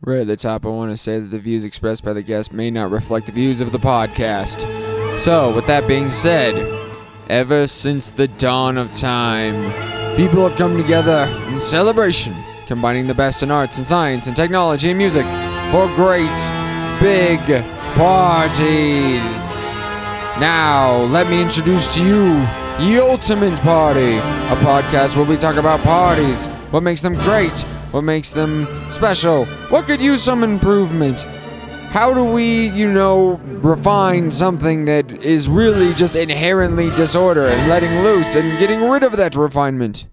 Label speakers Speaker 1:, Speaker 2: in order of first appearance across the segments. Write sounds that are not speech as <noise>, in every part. Speaker 1: Right at the top, I want to say that the views expressed by the guest may not reflect the views of the podcast. So, with that being said, ever since the dawn of time, people have come together in celebration, combining the best in arts and science and technology and music for great big parties. Now, let me introduce to you the Ultimate Party, a podcast where we talk about parties, what makes them great, what makes them special, what could use some improvement. How do we, you know, refine something that is really just inherently disorder and letting loose and getting rid of that refinement?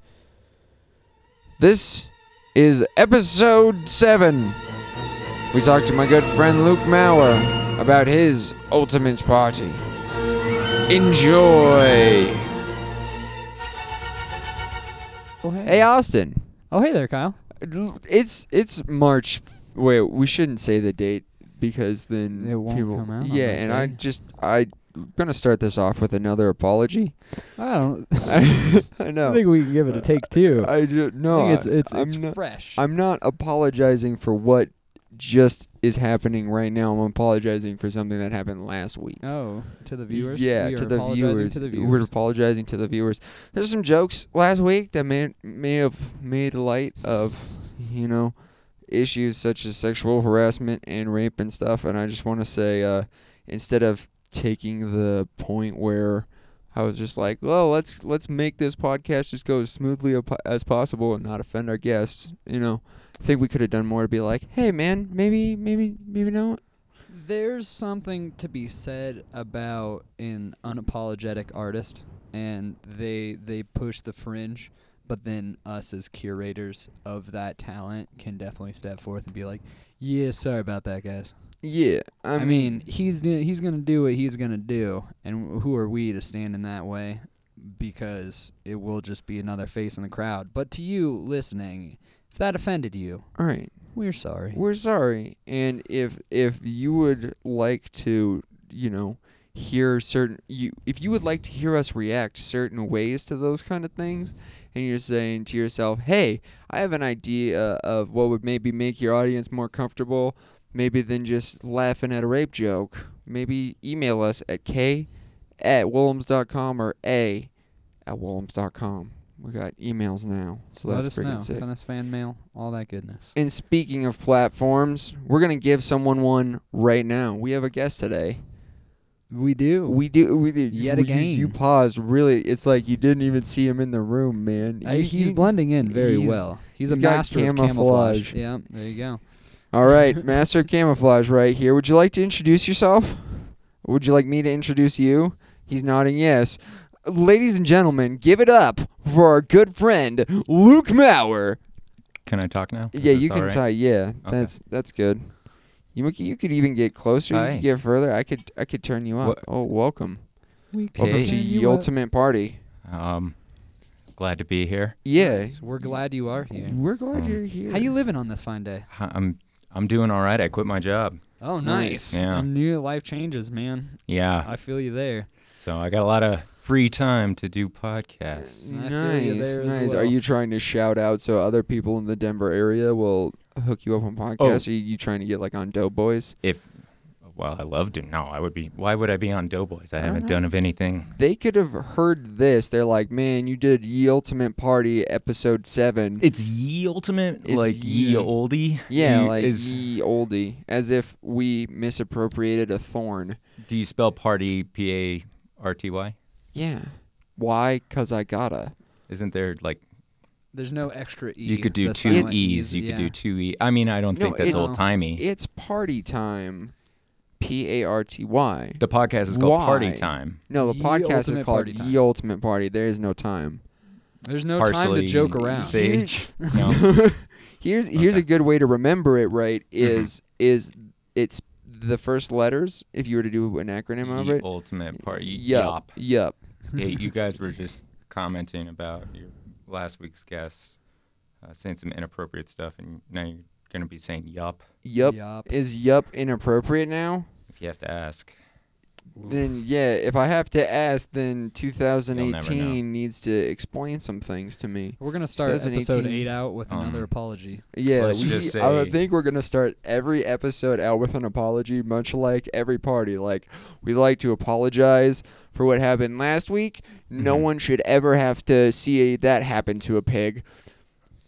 Speaker 1: This is episode 7. We talked to my good friend Luke Maurer about his ultimate party. Enjoy.
Speaker 2: Oh, hey.
Speaker 1: Hey Austin,
Speaker 2: Oh, hey there, Kyle.
Speaker 1: it's it's March. Wait, we shouldn't say the date because then
Speaker 2: It won't
Speaker 1: people.
Speaker 2: come out on
Speaker 1: yeah,
Speaker 2: that
Speaker 1: and I
Speaker 2: day.
Speaker 1: just I'm gonna start this off with another apology. <laughs>
Speaker 2: I don't. <laughs>
Speaker 1: I, I know.
Speaker 2: I think we can give it a take two. I,
Speaker 1: I do, no.
Speaker 2: think it's it's
Speaker 1: I'm
Speaker 2: it's
Speaker 1: not,
Speaker 2: fresh.
Speaker 1: I'm not apologizing for what just is happening right now. I'm apologizing for something that happened last week.
Speaker 2: oh, to the viewers.
Speaker 1: Yeah,
Speaker 2: we
Speaker 1: to
Speaker 2: are
Speaker 1: the
Speaker 2: apologizing
Speaker 1: viewers.
Speaker 2: To the
Speaker 1: We're
Speaker 2: viewers.
Speaker 1: apologizing to the viewers. There's some jokes last week that may may have made light of, you know, issues such as sexual harassment and rape and stuff. And I just want to say, uh, instead of taking the point where I was just like, well, let's let's make this podcast just go as smoothly a po- as possible and not offend our guests. You know, I think we could have done more to be like, hey, man, maybe maybe maybe not.
Speaker 2: There's something to be said about an unapologetic artist, and they they push the fringe, but then us as curators of that talent can definitely step forth and be like, "Yeah, sorry about that, guys."
Speaker 1: Yeah, I,
Speaker 2: I mean, he's gonna, he's gonna do what he's gonna do, and who are we to stand in that way? Because it will just be another face in the crowd. But to you listening, if that offended you,
Speaker 1: all right.
Speaker 2: we're sorry.
Speaker 1: We're sorry. And if if you would like to, you know, hear certain you if you would like to hear us react certain ways to those kind of things and you're saying to yourself, "Hey, I have an idea of what would maybe make your audience more comfortable maybe than just laughing at a rape joke." Maybe email us at k at willems.com or a at willems.com. We got emails now. So
Speaker 2: Let
Speaker 1: that's
Speaker 2: us
Speaker 1: freaking
Speaker 2: know.
Speaker 1: sick.
Speaker 2: Send us fan mail, all that goodness.
Speaker 1: And speaking of platforms, we're gonna give someone one right now. We have a guest today.
Speaker 2: We do.
Speaker 1: We do. We do.
Speaker 2: Yet
Speaker 1: you- You, you
Speaker 2: again.
Speaker 1: paused. Really, it's like you didn't even see him in the room, man.
Speaker 2: Uh,
Speaker 1: You-
Speaker 2: he's
Speaker 1: you-
Speaker 2: blending in very
Speaker 1: he's-
Speaker 2: well. He's,
Speaker 1: he's
Speaker 2: a
Speaker 1: got
Speaker 2: master of camouflage.
Speaker 1: camouflage.
Speaker 2: Yeah, there you go.
Speaker 1: All
Speaker 2: <laughs>
Speaker 1: right, master of camouflage, right here. Would you like to introduce yourself? Would you like me to introduce you? He's nodding yes. Ladies and gentlemen, give it up for our good friend Luke Maurer.
Speaker 3: Can I talk now? Is
Speaker 1: Yeah,
Speaker 3: this
Speaker 1: you
Speaker 3: all
Speaker 1: can
Speaker 3: right?
Speaker 1: tie. Yeah, that's that's good. You m- you could even get closer. You
Speaker 3: Aye.
Speaker 1: could get further. I could I could turn you up.
Speaker 3: What-
Speaker 1: Oh, welcome.
Speaker 2: We
Speaker 1: Welcome
Speaker 3: Hey.
Speaker 1: to
Speaker 3: Turn
Speaker 1: the ultimate party.
Speaker 3: Um, glad to be here.
Speaker 1: Yeah,
Speaker 2: We're glad you are here.
Speaker 1: we're glad
Speaker 3: Um,
Speaker 1: you're here.
Speaker 2: How you living on this fine day?
Speaker 3: Hi- I'm I'm doing all right. I quit my job.
Speaker 2: Oh,
Speaker 1: Nice.
Speaker 2: nice.
Speaker 3: Yeah.
Speaker 2: I knew life changes, man.
Speaker 3: Yeah.
Speaker 2: I feel you there.
Speaker 3: So I got a lot of free time to do podcasts.
Speaker 2: I feel you
Speaker 1: Nice,
Speaker 2: there as
Speaker 1: nice. Are
Speaker 2: well.
Speaker 1: you trying to shout out so other people in the Denver area will hook you up on podcasts?
Speaker 3: Oh.
Speaker 1: Are you, you trying to get like on Doughboys?
Speaker 3: If well, I love to. No, I would be. Why would I be on Doughboys?
Speaker 1: I
Speaker 3: I
Speaker 1: don't
Speaker 3: haven't
Speaker 1: know.
Speaker 3: done of anything.
Speaker 1: They could have heard this. They're like, "Man, you did Ye Ultimate Party episode seven.
Speaker 3: It's ye ultimate,
Speaker 1: It's
Speaker 3: like ye,
Speaker 1: ye.
Speaker 3: oldie.
Speaker 1: yeah,
Speaker 3: do you,
Speaker 1: like
Speaker 3: is
Speaker 1: ye oldie, as if we misappropriated a thorn."
Speaker 3: do you spell party p a r t y?
Speaker 1: Yeah. Why? Cause I gotta.
Speaker 3: Isn't there like
Speaker 2: There's no extra e.
Speaker 3: you could do
Speaker 2: The
Speaker 3: two
Speaker 2: silent
Speaker 3: e's? You
Speaker 2: yeah.
Speaker 3: could do two e. I mean, I don't
Speaker 1: No,
Speaker 3: think that's
Speaker 1: it's-
Speaker 3: old timey.
Speaker 1: It's party time. P A R T Y.
Speaker 3: The podcast is called
Speaker 1: Why?
Speaker 3: Party Time.
Speaker 1: No, the
Speaker 2: Ye
Speaker 1: podcast is
Speaker 2: Ultimate
Speaker 1: called
Speaker 2: Party Time.
Speaker 1: Ye Ultimate Party. There is no time.
Speaker 2: There's no
Speaker 3: Parsley,
Speaker 2: time to joke around.
Speaker 3: Sage.
Speaker 1: <laughs>
Speaker 3: no.
Speaker 1: Here's here's a
Speaker 3: Okay.
Speaker 1: good way to remember it. Right? Is is it's the first letters if you were to do an acronym of
Speaker 3: Ye
Speaker 1: it.
Speaker 3: ultimate party.
Speaker 1: Yup.
Speaker 3: Yop.
Speaker 1: Yup.
Speaker 3: hey, you guys were just commenting about your last week's guests uh, saying some inappropriate stuff, and now you're gonna be saying yup
Speaker 1: Yup.
Speaker 2: Yup.
Speaker 1: Is yup inappropriate now?
Speaker 3: if you have to ask.
Speaker 1: then yeah, if I have to ask, then
Speaker 3: know.
Speaker 1: 2018 needs to explain some things to me.
Speaker 2: We're gonna start episode
Speaker 1: 2018.
Speaker 2: eight out with another
Speaker 3: Um,
Speaker 2: apology.
Speaker 1: Yeah,
Speaker 3: Let's
Speaker 1: we,
Speaker 3: just
Speaker 1: I
Speaker 3: say-
Speaker 1: think we're gonna start every episode out with an apology, much like every party. Like we like to apologize for what happened last week. No
Speaker 3: Mhm.
Speaker 1: one should ever have to see that happen to a pig.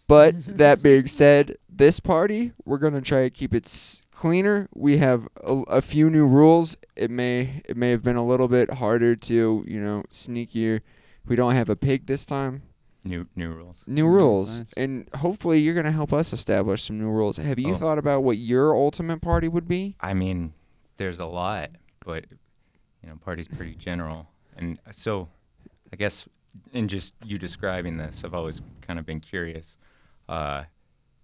Speaker 1: But
Speaker 3: <laughs>
Speaker 1: that being said, this party we're gonna try to keep it s- cleaner. We have a, a few new rules. It may it may have been a little bit harder to you know sneakier. We don't have a pig this time
Speaker 3: New new rules.
Speaker 1: new
Speaker 2: Mm, that's
Speaker 1: rules
Speaker 2: nice.
Speaker 1: and hopefully you're going to help us establish some new rules have you
Speaker 3: Oh.
Speaker 1: thought about what your ultimate party would be
Speaker 3: I mean, there's a lot, but you know, party's pretty general. And so, I guess in just you describing this, I've always kind of been curious. Uh,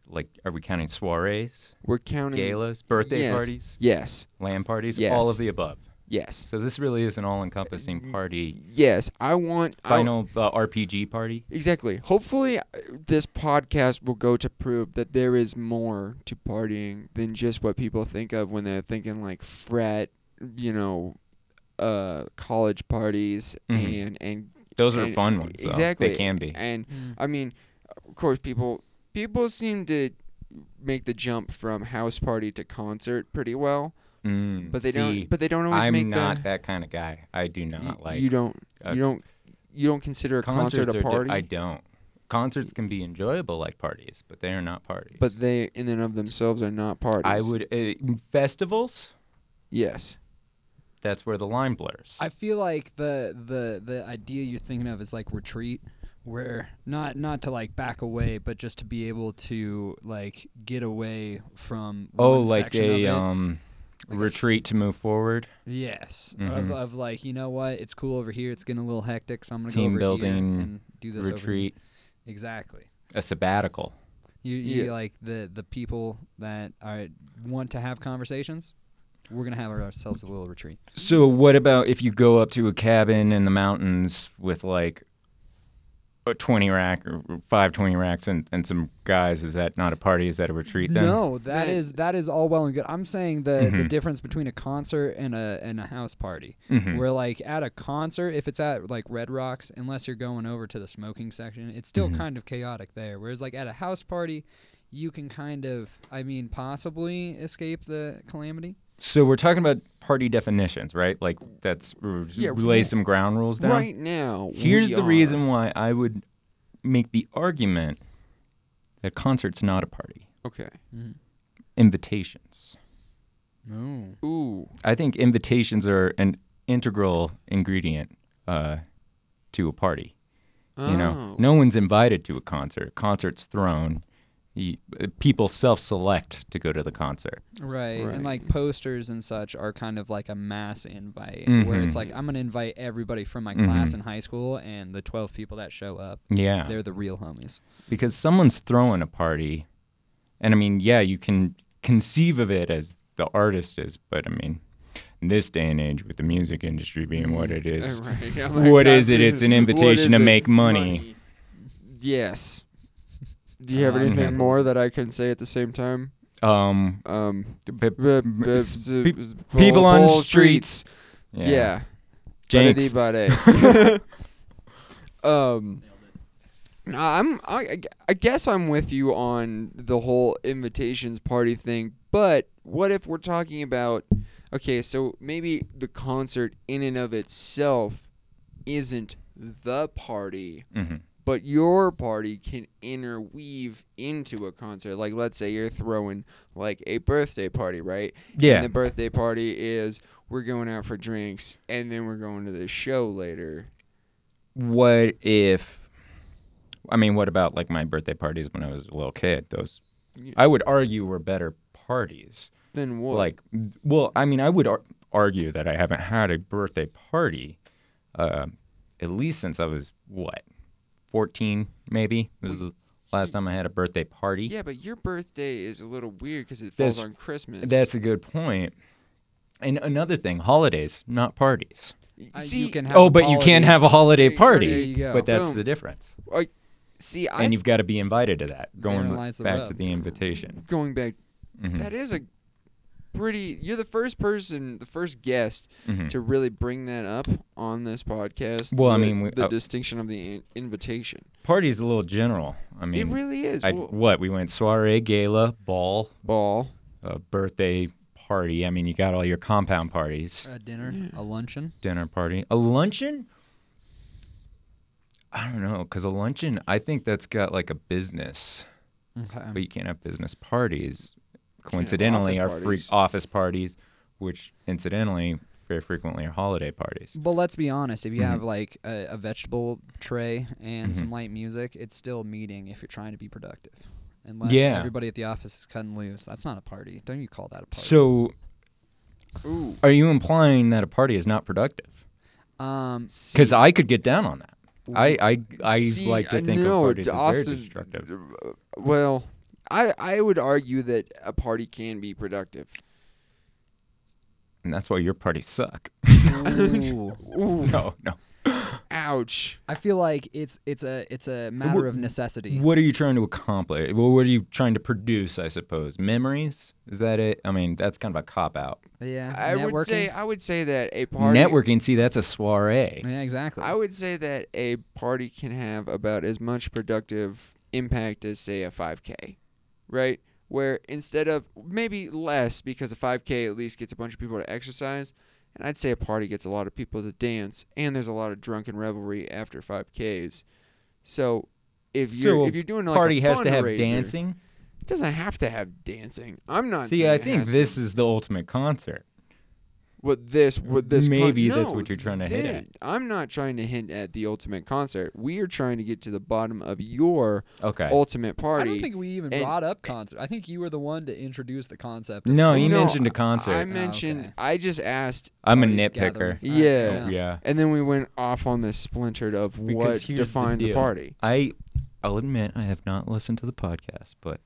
Speaker 3: like, are we counting soirees,
Speaker 1: we're counting
Speaker 3: galas, birthday
Speaker 1: Yes.
Speaker 3: parties,
Speaker 1: yes
Speaker 3: land parties,
Speaker 1: Yes.
Speaker 3: all of the above?
Speaker 1: yes
Speaker 3: So this really is an all-encompassing party.
Speaker 1: yes i want I-
Speaker 3: Final uh, RPG party.
Speaker 1: exactly hopefully uh, this podcast will go to prove that there is more to partying than just what people think of when they're thinking like frat you know uh college parties
Speaker 3: Mhm.
Speaker 1: and and
Speaker 3: Those are
Speaker 1: and-
Speaker 3: fun ones. Though.
Speaker 1: exactly
Speaker 3: They can be.
Speaker 1: and I mean, of course, people people seem to make the jump from house party to concert pretty well,
Speaker 3: Mm,
Speaker 1: but they
Speaker 3: see,
Speaker 1: don't. But they don't always
Speaker 3: I'm
Speaker 1: make
Speaker 3: not
Speaker 1: the.
Speaker 3: that kind of guy. I do
Speaker 1: y-
Speaker 3: not like.
Speaker 1: you don't.
Speaker 3: a
Speaker 1: you don't. You don't consider a concert
Speaker 3: concerts
Speaker 1: a
Speaker 3: are di-
Speaker 1: party,
Speaker 3: I don't. Concerts can be enjoyable like parties, but they are not parties.
Speaker 1: but they in and of themselves are not parties.
Speaker 3: I would uh, festivals.
Speaker 1: Yes.
Speaker 3: That's where the line blurs.
Speaker 2: I feel like the the the idea you're thinking of is like retreat, where not not to like back away, but just to be able to like get away from.
Speaker 3: oh,
Speaker 2: one
Speaker 3: like
Speaker 2: section of
Speaker 3: a
Speaker 2: it.
Speaker 3: um,
Speaker 2: Like a s-
Speaker 3: retreat to move forward,
Speaker 2: Yes, of,
Speaker 3: Mhm.
Speaker 2: of like you know what, it's cool over here. It's getting a little hectic, so I'm gonna go
Speaker 3: Team
Speaker 2: over
Speaker 3: building,
Speaker 2: here and do this over here.
Speaker 3: retreat,
Speaker 2: Exactly.
Speaker 3: a sabbatical.
Speaker 2: You, you
Speaker 1: Yeah.
Speaker 2: like the the people that are want to have conversations. We're gonna have ourselves a little retreat.
Speaker 3: So what about if you go up to a cabin in the mountains with like a 20 rack or five 20 racks and, and some guys? Is that not a party? Is that a retreat then?
Speaker 2: No, that
Speaker 1: That-
Speaker 2: is that is all well and good. I'm saying the the
Speaker 3: Mhm.
Speaker 2: difference between a concert and a and a house party.
Speaker 3: Mhm.
Speaker 2: Where like at a concert, if it's at like Red Rocks, unless you're going over to the smoking section, it's still
Speaker 3: Mhm.
Speaker 2: kind of chaotic there. Whereas like at a house party, you can kind of, I mean, possibly escape the calamity.
Speaker 3: So we're talking about party definitions, right? Like that's r-
Speaker 1: Yeah,
Speaker 3: lay
Speaker 1: rule-
Speaker 3: some ground rules down.
Speaker 1: Right now.
Speaker 3: Here's
Speaker 1: we
Speaker 3: the
Speaker 1: are-
Speaker 3: reason why I would make the argument that concert's not a party.
Speaker 1: Okay.
Speaker 2: Mm-hmm.
Speaker 3: Invitations.
Speaker 2: No.
Speaker 1: Ooh.
Speaker 3: I think invitations are an integral ingredient uh, to a party. You know,
Speaker 1: Oh.
Speaker 3: no one's invited to a concert. Concert's thrown. You, uh, people self-select to go to the concert.
Speaker 2: Right.
Speaker 1: Right.
Speaker 2: And like posters and such are kind of like a mass invite where
Speaker 3: Mhm.
Speaker 2: it's like I'm going to invite everybody from
Speaker 3: Mm-hmm.
Speaker 2: my class in high school and the 12 people that show up,
Speaker 3: Yeah.
Speaker 2: they're the real homies.
Speaker 3: because someone's throwing a party and i mean yeah you can conceive of it as the artist is but i mean in this day and age with the music industry being what it is
Speaker 1: <laughs> Right. I'm
Speaker 3: What
Speaker 1: like,
Speaker 3: is
Speaker 1: God,
Speaker 3: it? It's an
Speaker 1: what
Speaker 3: invitation
Speaker 1: is
Speaker 3: to
Speaker 1: it?
Speaker 3: make money.
Speaker 1: Yes. Do you have
Speaker 2: Um,
Speaker 1: anything
Speaker 3: Mhm.
Speaker 1: more that I can say at the same time?
Speaker 3: um
Speaker 1: Um,
Speaker 3: p-
Speaker 1: B-
Speaker 3: m-
Speaker 1: b-
Speaker 3: s-
Speaker 1: b-
Speaker 3: pe-
Speaker 1: b-
Speaker 3: people on
Speaker 1: whole
Speaker 3: streets.
Speaker 1: Yeah.
Speaker 3: yeah, Jenks.
Speaker 1: Buddy, buddy. <laughs> um, no, I'm. I, I gu- I guess I'm with you on the whole invitations party thing. But what if we're talking about? Okay, so maybe the concert in and of itself isn't the party
Speaker 3: Mhm.
Speaker 1: but your party can interweave into a concert. Like, let's say you're throwing like a birthday party, right?
Speaker 3: Yeah.
Speaker 1: And the birthday party is we're going out for drinks, and then we're going to the show later.
Speaker 3: what if i mean what about like my birthday parties when i was a little kid those
Speaker 1: Yeah.
Speaker 3: i would argue were better parties
Speaker 1: Then what?
Speaker 3: like well i mean i would ar- argue that i haven't had a birthday party uh, at least since i was what 14 maybe was the last time i had a birthday party
Speaker 1: yeah, but your birthday is a little weird because it
Speaker 3: That's-
Speaker 1: falls on Christmas.
Speaker 3: that's a good point and another thing holidays not parties
Speaker 2: Uh,
Speaker 1: see,
Speaker 2: you can have
Speaker 3: oh
Speaker 2: a
Speaker 3: but you can't
Speaker 2: holiday.
Speaker 3: have a holiday
Speaker 1: There you
Speaker 3: party
Speaker 2: go.
Speaker 3: but that's
Speaker 1: Boom.
Speaker 3: the difference
Speaker 1: I- see, I
Speaker 3: and you've got to be invited to that going
Speaker 2: lies the
Speaker 3: back
Speaker 2: rub.
Speaker 3: to the invitation
Speaker 1: going back.
Speaker 3: Mhm.
Speaker 1: That is a pretty. You're the first person, the first guest
Speaker 3: Mhm.
Speaker 1: to really bring that up on this podcast.
Speaker 3: Well, I
Speaker 1: the-
Speaker 3: mean, we-
Speaker 1: the
Speaker 3: uh,
Speaker 1: distinction of the in- invitation.
Speaker 3: Party's a little general. I mean,
Speaker 1: it really is.
Speaker 3: I,
Speaker 1: Well,
Speaker 3: what we went soiree, gala, ball,
Speaker 1: ball.
Speaker 3: uh, birthday party. I mean, you got all your compound parties,
Speaker 2: A dinner, a luncheon.
Speaker 3: dinner party, a luncheon. I don't know, cause a luncheon. I think that's got like a business, but
Speaker 2: Okay.
Speaker 3: you can't have business parties. Coincidentally, are
Speaker 1: office
Speaker 3: free
Speaker 1: parties.
Speaker 3: office parties, which incidentally very frequently are holiday parties.
Speaker 2: But let's be honest. If you
Speaker 3: Mm-hmm.
Speaker 2: have like a, a vegetable tray and some light music, it's still a meeting if you're trying to be productive. Unless
Speaker 3: Yeah.
Speaker 2: everybody at the office is cutting loose, that's not a party. Don't you call that a party?
Speaker 3: So, <laughs>
Speaker 1: Ooh.
Speaker 3: are you implying that a party is not productive? <laughs>
Speaker 2: um, <laughs>
Speaker 3: Because I could get down on that. I I, I
Speaker 1: See,
Speaker 3: like to
Speaker 1: I
Speaker 3: think
Speaker 1: know,
Speaker 3: of parties as
Speaker 1: Austin-
Speaker 3: very destructive.
Speaker 1: Well, I I would argue that a party can be productive.
Speaker 3: and that's why your parties suck. <laughs>
Speaker 2: ooh.
Speaker 1: Ooh.
Speaker 3: no,
Speaker 1: <laughs>
Speaker 3: no.
Speaker 1: Ouch.
Speaker 2: I feel like it's it's a it's a matter of necessity.
Speaker 3: What are you trying to accomplish? Well, what are you trying to produce? I suppose memories. Is that it? I mean, that's kind of a cop out.
Speaker 2: yeah,
Speaker 1: I
Speaker 2: networking.
Speaker 1: would say I would say that a party
Speaker 3: Networking. See, that's a soiree.
Speaker 2: yeah, exactly.
Speaker 1: I would say that a party can have about as much productive impact as say a 5k, right? Where instead of maybe less because a 5k at least gets a bunch of people to exercise, and I'd say a party gets a lot of people to dance and there's a lot of drunken revelry after 5k's. So if you're
Speaker 3: So a
Speaker 1: if you're doing like
Speaker 3: Party
Speaker 1: a
Speaker 3: has to have
Speaker 1: fundraiser-
Speaker 3: dancing.
Speaker 1: It doesn't have to have dancing. I'm not
Speaker 3: See,
Speaker 1: saying
Speaker 3: I
Speaker 1: it
Speaker 3: think
Speaker 1: has to.
Speaker 3: this is the ultimate concert.
Speaker 1: what this what this con-
Speaker 3: Maybe that's
Speaker 1: No,
Speaker 3: what you're trying to hit at.
Speaker 1: I'm not trying to hint at the ultimate concert. We are trying to get to the bottom of your
Speaker 3: Okay.
Speaker 1: ultimate
Speaker 2: I
Speaker 1: party.
Speaker 2: don't think we even
Speaker 1: and-
Speaker 2: brought up concert. I think you were the one to introduce the concept. of
Speaker 3: No,
Speaker 2: concert.
Speaker 3: Oh, you
Speaker 1: No,
Speaker 3: mentioned a
Speaker 1: I
Speaker 3: concert. Oh,
Speaker 1: mentioned.
Speaker 2: okay.
Speaker 1: I just asked,
Speaker 3: I'm a
Speaker 2: Parties,
Speaker 3: nitpicker.
Speaker 2: gatherings. Oh, All
Speaker 1: Yeah.
Speaker 2: fair enough.
Speaker 3: Yeah.
Speaker 1: and then we went off on this splintered of what
Speaker 3: Because here's the
Speaker 1: defines a
Speaker 3: deal.
Speaker 1: party.
Speaker 3: I, I'll admit I have not listened to the podcast, but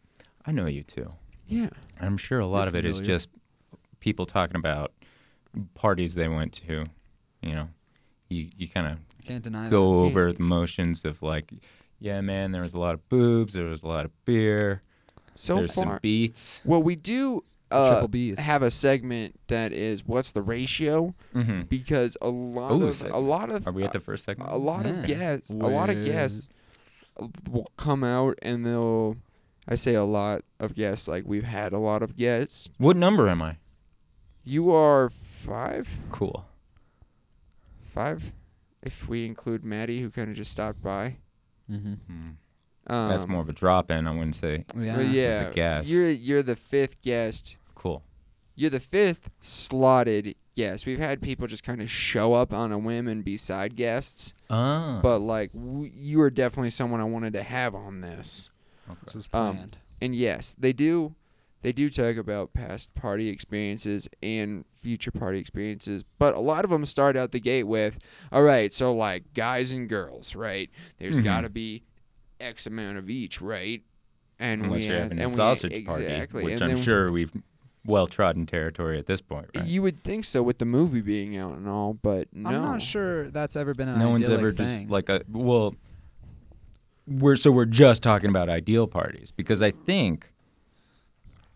Speaker 3: I know you two.
Speaker 1: Yeah,
Speaker 3: I'm sure a lot of it is
Speaker 2: familiar.
Speaker 3: just people talking about parties they went to. You know, you you kind
Speaker 2: Can't deny
Speaker 3: of go
Speaker 1: can't-
Speaker 3: over the motions of like, yeah, man, there was a lot of boobs, there was a lot of beer,
Speaker 1: so
Speaker 3: there's some
Speaker 1: far.
Speaker 3: beats.
Speaker 1: well, we do uh,
Speaker 2: Triple Bs.
Speaker 1: have a segment that is what's the ratio
Speaker 3: hmm
Speaker 1: because a lot
Speaker 3: Ooh,
Speaker 1: of
Speaker 3: so-
Speaker 1: a lot of
Speaker 3: Are we at the first segment?
Speaker 1: Uh, a lot of
Speaker 2: Yeah.
Speaker 1: guests, a lot of
Speaker 2: Well-
Speaker 1: guests uh, will come out and they'll. I say a lot of guests, like we've had a lot of guests.
Speaker 3: What number am I?
Speaker 1: You are five,
Speaker 3: Cool.
Speaker 1: five, if we include Maddie, who kind of just stopped by.
Speaker 2: it. Mm-hmm.
Speaker 3: Mm.
Speaker 1: Um,
Speaker 3: That's more of a drop in. I wouldn't say
Speaker 2: Yeah.
Speaker 1: But yeah,
Speaker 3: guest.
Speaker 1: you're you're the fifth guest.
Speaker 3: cool.
Speaker 1: You're the fifth slotted guest. We've had people just kind of show up on a whim and be side guests,
Speaker 3: Ah,
Speaker 1: but like w- you are definitely someone I wanted to have on this.
Speaker 2: This was
Speaker 1: um,
Speaker 2: planned.
Speaker 1: And yes, they do they do talk about past party experiences and future party experiences, but a lot of them start out the gate with, all right, so like guys and girls, right? There's
Speaker 3: Mhm.
Speaker 1: got to be X amount of each, right? And
Speaker 3: unless
Speaker 1: we
Speaker 3: you're
Speaker 1: had-
Speaker 3: having a
Speaker 1: and we-
Speaker 3: sausage party,
Speaker 1: exactly.
Speaker 3: which
Speaker 1: and
Speaker 3: I'm
Speaker 1: then
Speaker 3: sure we've well trodden territory at this point, right?
Speaker 1: You would think so with the movie being out and all, but no.
Speaker 2: I'm not sure that's ever been an
Speaker 3: no one's
Speaker 2: idyllic
Speaker 3: ever
Speaker 2: thing.
Speaker 3: just like a well we're so we're just talking about ideal parties because i think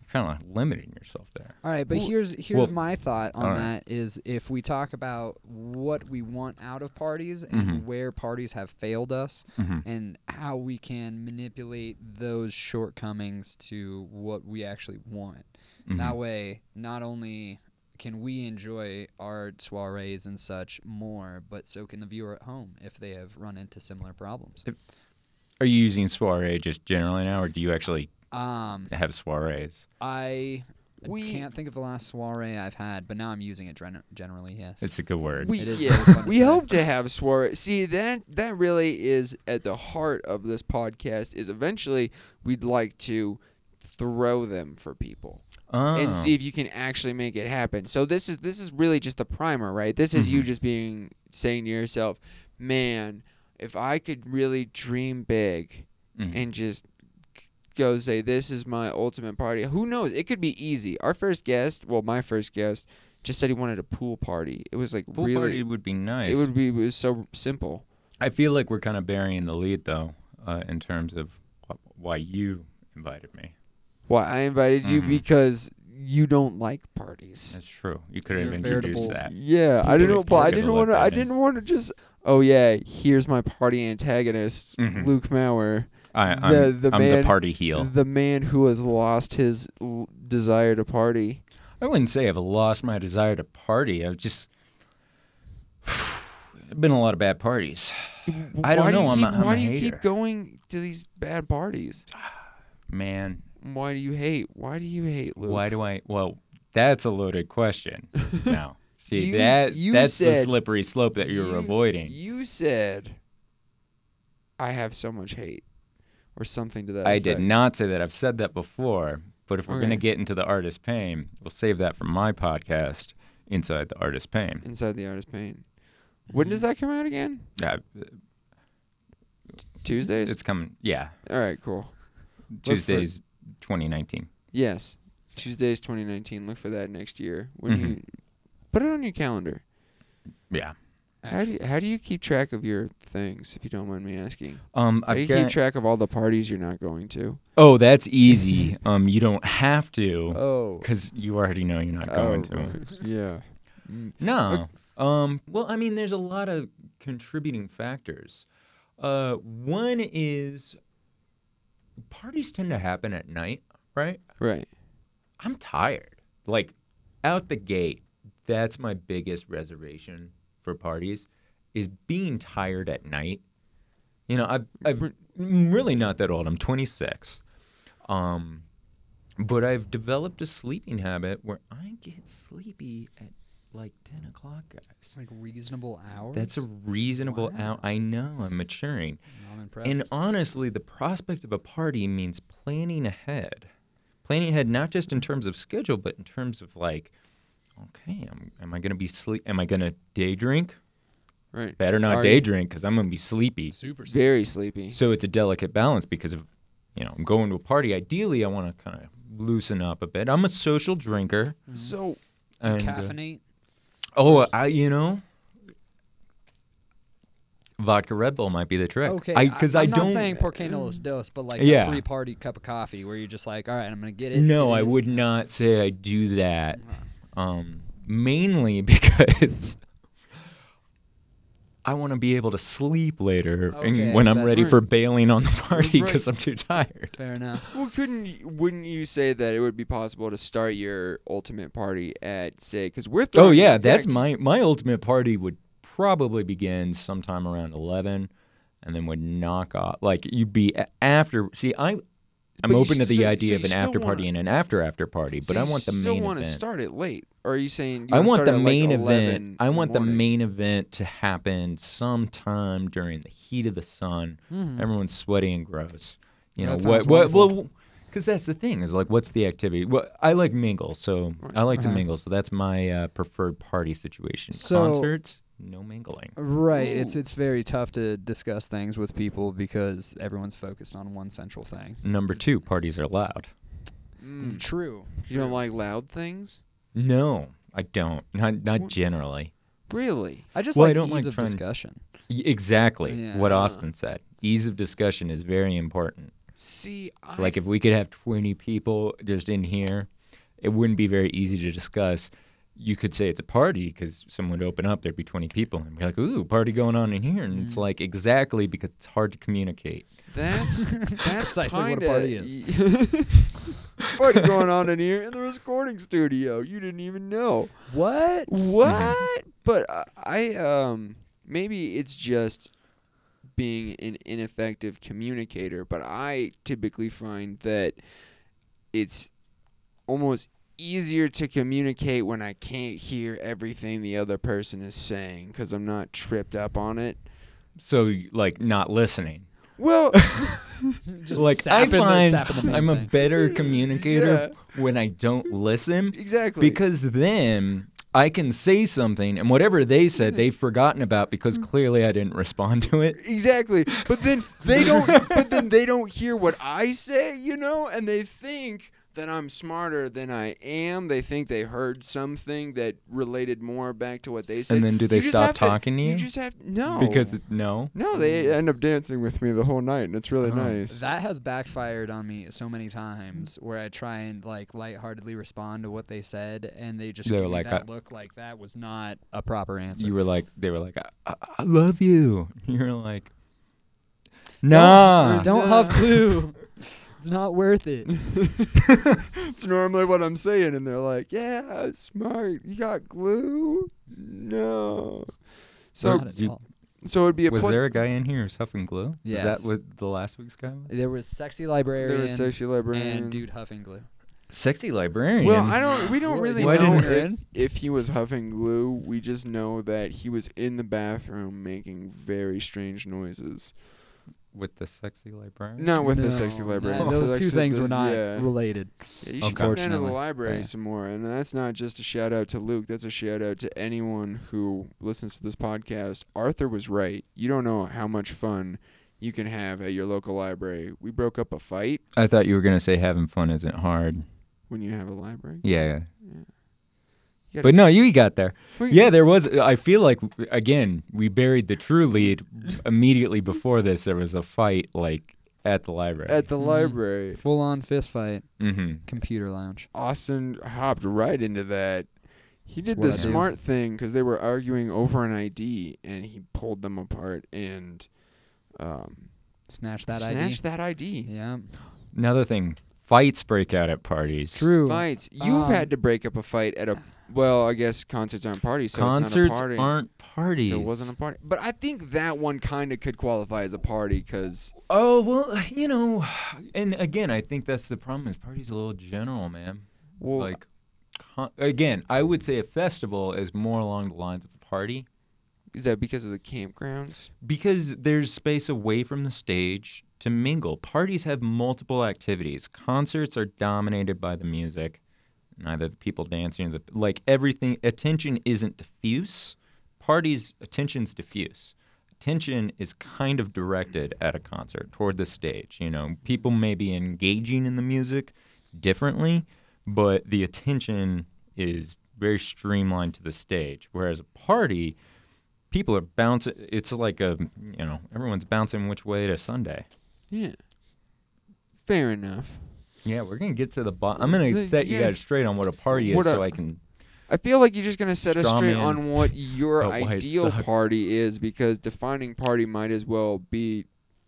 Speaker 3: you're kind of limiting yourself there
Speaker 2: All right, but
Speaker 1: Well-
Speaker 2: here's here's
Speaker 3: well,
Speaker 2: my thought on
Speaker 3: all right.
Speaker 2: that is if we talk about what we want out of parties and
Speaker 3: Mhm.
Speaker 2: where parties have failed us
Speaker 3: Mhm.
Speaker 2: and how we can manipulate those shortcomings to what we actually want. That way, not only can we enjoy our soirees and such more, but so can the viewer at home if they have run into similar problems.
Speaker 3: are you using soiree just generally now or do you actually
Speaker 2: Um,
Speaker 3: have soirees
Speaker 2: I
Speaker 1: We-
Speaker 2: can't think of the last soiree I've had, but now I'm using it gen- generally. Yes.
Speaker 3: it's a good word
Speaker 1: We,
Speaker 2: It is
Speaker 1: yeah,
Speaker 2: really fun to
Speaker 1: we
Speaker 2: say.
Speaker 1: hope to have Suarez. See that that really is at the heart of this podcast. Is eventually we'd like to throw them for people
Speaker 3: oh.
Speaker 1: and see if you can actually make it happen. So this is this is really just the primer, right? This is you just being saying to yourself, "Man, if I could really dream big
Speaker 3: Mhm.
Speaker 1: and just go say this is my ultimate party." Who knows? It could be easy. Our first guest, well, my first guest, just said he wanted a pool party. It was like
Speaker 3: pool
Speaker 1: really
Speaker 3: party would be nice
Speaker 1: it would be it was so simple.
Speaker 3: i feel like we're kind of burying the lead though uh, in terms of wh- why you invited me
Speaker 1: Why I invited you
Speaker 3: Mhm.
Speaker 1: because you don't like parties.
Speaker 3: That's true. You could have
Speaker 2: You're
Speaker 3: introduced
Speaker 2: veritable-
Speaker 3: that.
Speaker 1: Yeah, I
Speaker 3: People
Speaker 1: didn't.
Speaker 3: with
Speaker 1: But I
Speaker 3: parties
Speaker 1: didn't
Speaker 3: will
Speaker 1: want to.
Speaker 3: let
Speaker 1: I
Speaker 3: that eh? in.
Speaker 1: didn't want to just. Oh yeah, here's my party antagonist,
Speaker 3: Mhm.
Speaker 1: Luke Mauer,
Speaker 3: I, I'm,
Speaker 1: the- the
Speaker 3: I'm
Speaker 1: man-
Speaker 3: the party heel.
Speaker 1: the man who has lost his l- desire to party.
Speaker 3: I wouldn't say I've lost my desire to party. I've just <sighs> been a lot of bad parties. I don't
Speaker 1: Why do
Speaker 3: know,
Speaker 1: you
Speaker 3: I'm a-
Speaker 1: keep-
Speaker 3: I'm a
Speaker 1: why do you keep
Speaker 3: hater.
Speaker 1: going to these bad parties?
Speaker 3: Man,
Speaker 1: Why do you hate? Why do you hate Luke?
Speaker 3: why do I? Well, that's a
Speaker 1: <laughs>
Speaker 3: loaded question. Now, see
Speaker 1: You s-
Speaker 3: that
Speaker 1: you
Speaker 3: that's the
Speaker 1: said-
Speaker 3: slippery slope that you're
Speaker 1: You-
Speaker 3: avoiding.
Speaker 1: You said, "I have so much hate," or something to that.
Speaker 3: I
Speaker 1: effect.
Speaker 3: did not say that. I've said that before. But if we're
Speaker 1: Okay.
Speaker 3: gonna get into the artist pain, we'll save that for my podcast, Inside the Artist Pain.
Speaker 1: Inside the artist pain. When does that come out again?
Speaker 3: Yeah,
Speaker 1: Tuesdays.
Speaker 3: Uh, it's coming. Yeah,
Speaker 1: All right, cool. for-
Speaker 3: Tuesdays, 2019.
Speaker 1: Yes, Tuesdays, 2019. Look for that next year. When
Speaker 3: Mhm.
Speaker 1: you put it on your calendar.
Speaker 3: Yeah.
Speaker 2: Mm-hmm.
Speaker 1: How do you, how do you keep track of your things? If you don't mind me asking,
Speaker 3: Um,
Speaker 1: how do
Speaker 3: I've
Speaker 1: you
Speaker 3: got.
Speaker 1: keep track of all the parties you're not going to?
Speaker 3: oh, that's easy. um, you don't have to,
Speaker 1: Oh,
Speaker 3: because you already know you're not going to. 'em.
Speaker 1: <laughs> yeah.
Speaker 3: No. Um, well, I mean, there's a lot of contributing factors. Uh, one is parties tend to happen at night, right?
Speaker 1: Right.
Speaker 3: I'm tired. Like out the gate, that's my biggest reservation for parties is being tired at night. You know, I've, I've I'm really not that old. I'm 26. Um, but I've developed a sleeping habit where I get sleepy at like 10 o'clock, guys.
Speaker 2: like reasonable hours.
Speaker 3: That's a reasonable out. I know I'm maturing.
Speaker 2: I'm impressed.
Speaker 3: And honestly, the prospect of a party means planning ahead. Planning ahead, not just in terms of schedule, but in terms of like, okay, am, am I going to be sleep? Am I going to day drink?
Speaker 1: Right.
Speaker 3: Better not
Speaker 1: Are
Speaker 3: day
Speaker 1: you-
Speaker 3: drink because I'm going to be sleepy.
Speaker 2: super. s-
Speaker 1: Very sleepy.
Speaker 3: So it's a delicate balance because of, you know, I'm going to a party. Ideally, I want to kind of loosen up a bit. I'm a social drinker.
Speaker 1: So
Speaker 3: and, uh,
Speaker 2: Caffeinate.
Speaker 3: oh, I you know. Vodka Red Bull might be the trick.
Speaker 2: Okay,
Speaker 3: because I,
Speaker 2: I'm
Speaker 3: don't.
Speaker 2: not saying por qué no los dos, but like
Speaker 3: Yeah.
Speaker 2: a pre-party cup of coffee where you're just like, all right, I'm gonna get it. Ah,
Speaker 3: No,
Speaker 2: get
Speaker 3: I
Speaker 2: it."
Speaker 3: would not say I do that. Um, mainly <laughs> because I want to be able to sleep later
Speaker 2: Okay,
Speaker 3: and when I'm
Speaker 2: that's-
Speaker 3: ready for bailing on the party
Speaker 1: Right.
Speaker 3: because I'm too tired.
Speaker 2: Fair enough.
Speaker 3: <laughs>
Speaker 1: Well, couldn't y- wouldn't you say that it would be possible to start your ultimate party at say because we're
Speaker 3: Oh
Speaker 1: throwing
Speaker 3: yeah,
Speaker 1: a
Speaker 3: that's
Speaker 1: gig.
Speaker 3: my my ultimate party would probably begin sometime around 11 and then would knock off like you'd be a- after see I
Speaker 1: But
Speaker 3: I'm
Speaker 1: you
Speaker 3: open to
Speaker 1: st-
Speaker 3: the
Speaker 1: so-
Speaker 3: idea
Speaker 1: so
Speaker 3: of
Speaker 1: you
Speaker 3: an
Speaker 1: still
Speaker 3: after
Speaker 1: wanna-
Speaker 3: party and an after after party,
Speaker 1: So
Speaker 3: but I
Speaker 1: you
Speaker 3: want the
Speaker 1: still
Speaker 3: main
Speaker 1: want to
Speaker 3: event.
Speaker 1: start it late. Or are you saying you
Speaker 3: I
Speaker 1: wanna
Speaker 3: want
Speaker 1: start
Speaker 3: the
Speaker 1: at,
Speaker 3: main
Speaker 1: like 11
Speaker 3: event. I
Speaker 1: in
Speaker 3: want the
Speaker 1: morning?
Speaker 3: main event to happen sometime during the heat of the sun.
Speaker 2: Hmm.
Speaker 3: Everyone's sweaty and gross. You
Speaker 2: That
Speaker 3: know what?
Speaker 2: sounds
Speaker 3: What?
Speaker 2: wonderful.
Speaker 3: Well, because that's the thing is like, what's the activity? Well, I like mingle, so I like to
Speaker 2: Uh-huh.
Speaker 3: mingle. So that's my uh, preferred party situation.
Speaker 2: So-
Speaker 3: Concerts, no mingling.
Speaker 2: Right. It's
Speaker 1: Ooh.
Speaker 2: it's very tough to discuss things with people because everyone's focused on one central thing.
Speaker 3: Number two, parties are loud. Hmm.
Speaker 1: Mm.
Speaker 2: True.
Speaker 1: You don't like loud things,
Speaker 3: No, I don't. Not not
Speaker 1: What-
Speaker 3: generally.
Speaker 1: really?
Speaker 2: I just
Speaker 3: Well, I
Speaker 2: like
Speaker 3: don't
Speaker 2: ease
Speaker 3: like
Speaker 2: of
Speaker 3: trying- <laughs>
Speaker 2: discussion.
Speaker 3: Y- Exactly what
Speaker 1: Yeah.
Speaker 3: Austin said. Ease of discussion is very important.
Speaker 1: See, I
Speaker 3: Like if we could have 20 people just in here, it wouldn't be very easy to discuss. You could say it's a party because someone would open up, there'd be 20 people, and be like, ooh, party going on in here. And
Speaker 2: Mm.
Speaker 3: it's like, exactly, because it's hard to communicate. <laughs>
Speaker 1: that's that's
Speaker 2: Precisely what a
Speaker 1: kinda-
Speaker 2: party
Speaker 1: <laughs>
Speaker 3: e-
Speaker 1: party going on in here in the recording studio. You didn't even know.
Speaker 2: What?
Speaker 1: Mm-hmm. What? But I, I um maybe it's just being an ineffective communicator, but I typically find that it's almost easier to communicate when I can't hear everything the other person is saying cuz I'm not tripped up on it.
Speaker 3: So, like, not listening.
Speaker 1: <laughs> Well,
Speaker 2: Just
Speaker 3: like, I
Speaker 2: sapping the-
Speaker 3: find
Speaker 2: sapping the main
Speaker 3: I'm a
Speaker 2: thing.
Speaker 3: better communicator when I don't listen
Speaker 1: exactly.
Speaker 3: because then I can say something, and whatever they said, they've forgotten about
Speaker 2: Mm.
Speaker 3: because clearly I didn't respond to it.
Speaker 1: Exactly. But then they don't but then they don't hear what I say, you know, and they think that I'm smarter than I am. They think they heard something that related more back to what they said.
Speaker 3: then do they
Speaker 1: You just
Speaker 3: stop
Speaker 1: have to-
Speaker 3: talking to
Speaker 1: You
Speaker 3: you?
Speaker 1: just have no
Speaker 3: Because it, no.
Speaker 1: no, they end up dancing with me the whole night, and it's really
Speaker 3: Oh.
Speaker 1: nice.
Speaker 2: That has backfired on me so many times where I try and like lightheartedly respond to what they said and they just
Speaker 3: They
Speaker 2: give
Speaker 3: were
Speaker 2: me
Speaker 3: like,
Speaker 2: that
Speaker 3: "I-
Speaker 2: look like that was not a proper answer.
Speaker 3: You were like, they were like, I, I, I love you. <laughs> You were like,
Speaker 2: Don't-
Speaker 3: nah.
Speaker 2: you don't have clue.
Speaker 1: <laughs>
Speaker 2: it's not worth it.
Speaker 1: <laughs> it's normally what I'm saying, and they're like, "Yeah, smart. You got glue? No." So,
Speaker 2: not at
Speaker 3: you-
Speaker 2: all.
Speaker 1: so it'd be a
Speaker 3: Was
Speaker 1: pla-
Speaker 3: there a guy in here who's huffing glue? Is
Speaker 2: Yes.
Speaker 3: that what the last week's guy was?
Speaker 2: There was sexy librarian,
Speaker 1: there was sexy librarian
Speaker 2: and dude huffing glue.
Speaker 3: Sexy librarian.
Speaker 1: Well, I don't. We don't
Speaker 2: Well,
Speaker 1: really
Speaker 3: why
Speaker 1: know
Speaker 3: didn't-
Speaker 1: if, if he was huffing glue. We just know that he was in the bathroom making very strange noises.
Speaker 3: With the sexy librarian?
Speaker 1: Not with the sexy
Speaker 2: No,
Speaker 1: library.
Speaker 2: no,
Speaker 1: The
Speaker 2: those two
Speaker 1: sexy-
Speaker 2: things
Speaker 1: the-
Speaker 2: were not
Speaker 1: Yeah.
Speaker 2: related.
Speaker 1: Yeah, you should come down to the
Speaker 2: Unfortunately.
Speaker 1: library
Speaker 2: Yeah.
Speaker 1: some more. And that's not just a shout out to Luke. That's a shout out to anyone who listens to this podcast. Arthur was right. You don't know how much fun you can have at your local library. We broke up a fight
Speaker 3: I thought you were going to say having fun isn't hard.
Speaker 1: when you have a library.
Speaker 3: Yeah.
Speaker 1: You gotta
Speaker 3: But no, you got there.
Speaker 1: Wait.
Speaker 3: Yeah, there was. I feel like again we buried the true lead immediately before this. There was a fight like at the library.
Speaker 1: at the
Speaker 2: Mhm.
Speaker 1: library.
Speaker 2: Full on fist fight,
Speaker 3: mm-hmm.
Speaker 2: computer lounge.
Speaker 1: Austin hopped right into that. He did
Speaker 2: what
Speaker 1: the
Speaker 2: I do.
Speaker 1: smart thing because they were arguing over an ID, and he pulled them apart and um,
Speaker 2: Snatch that
Speaker 1: snatched
Speaker 2: ID.
Speaker 1: that ID.
Speaker 2: Yeah.
Speaker 3: Another thing, fights break out at parties.
Speaker 2: True.
Speaker 1: Fights. You've
Speaker 2: Um,
Speaker 1: had to break up a fight at a well. I guess concerts aren't parties. So
Speaker 3: Concerts
Speaker 1: it's not a party.
Speaker 3: aren't parties.
Speaker 1: So it wasn't a party. But I think that one kind of could qualify as a party because
Speaker 3: oh well, you know, and again, I think that's the problem. Is parties a little general, man?
Speaker 1: well,
Speaker 3: like, con- again, I would say a festival is more along the lines of a party.
Speaker 1: is that because of the campgrounds?
Speaker 3: because there's space away from the stage to mingle. Parties have multiple activities. Concerts are dominated by the music, and either the people dancing or the like everything attention isn't diffuse. Parties attention's diffuse. Attention is kind of directed at a concert toward the stage, you know. People may be engaging in the music differently, but the attention is very streamlined to the stage. Whereas a party, people are bouncing. It's like a you know everyone's bouncing which way to Sunday.
Speaker 1: Yeah. Fair enough.
Speaker 3: Yeah, we're gonna get to the bottom. I'm gonna
Speaker 1: The-
Speaker 3: set you
Speaker 1: yeah.
Speaker 3: guys straight on what a party is,
Speaker 1: What a-
Speaker 3: so I can.
Speaker 1: I feel like you're just gonna set us
Speaker 3: Straw
Speaker 1: straight
Speaker 3: man.
Speaker 1: on
Speaker 3: <laughs>
Speaker 1: what your
Speaker 3: About why it
Speaker 1: ideal
Speaker 3: sucks.
Speaker 1: party is, because defining party might as well be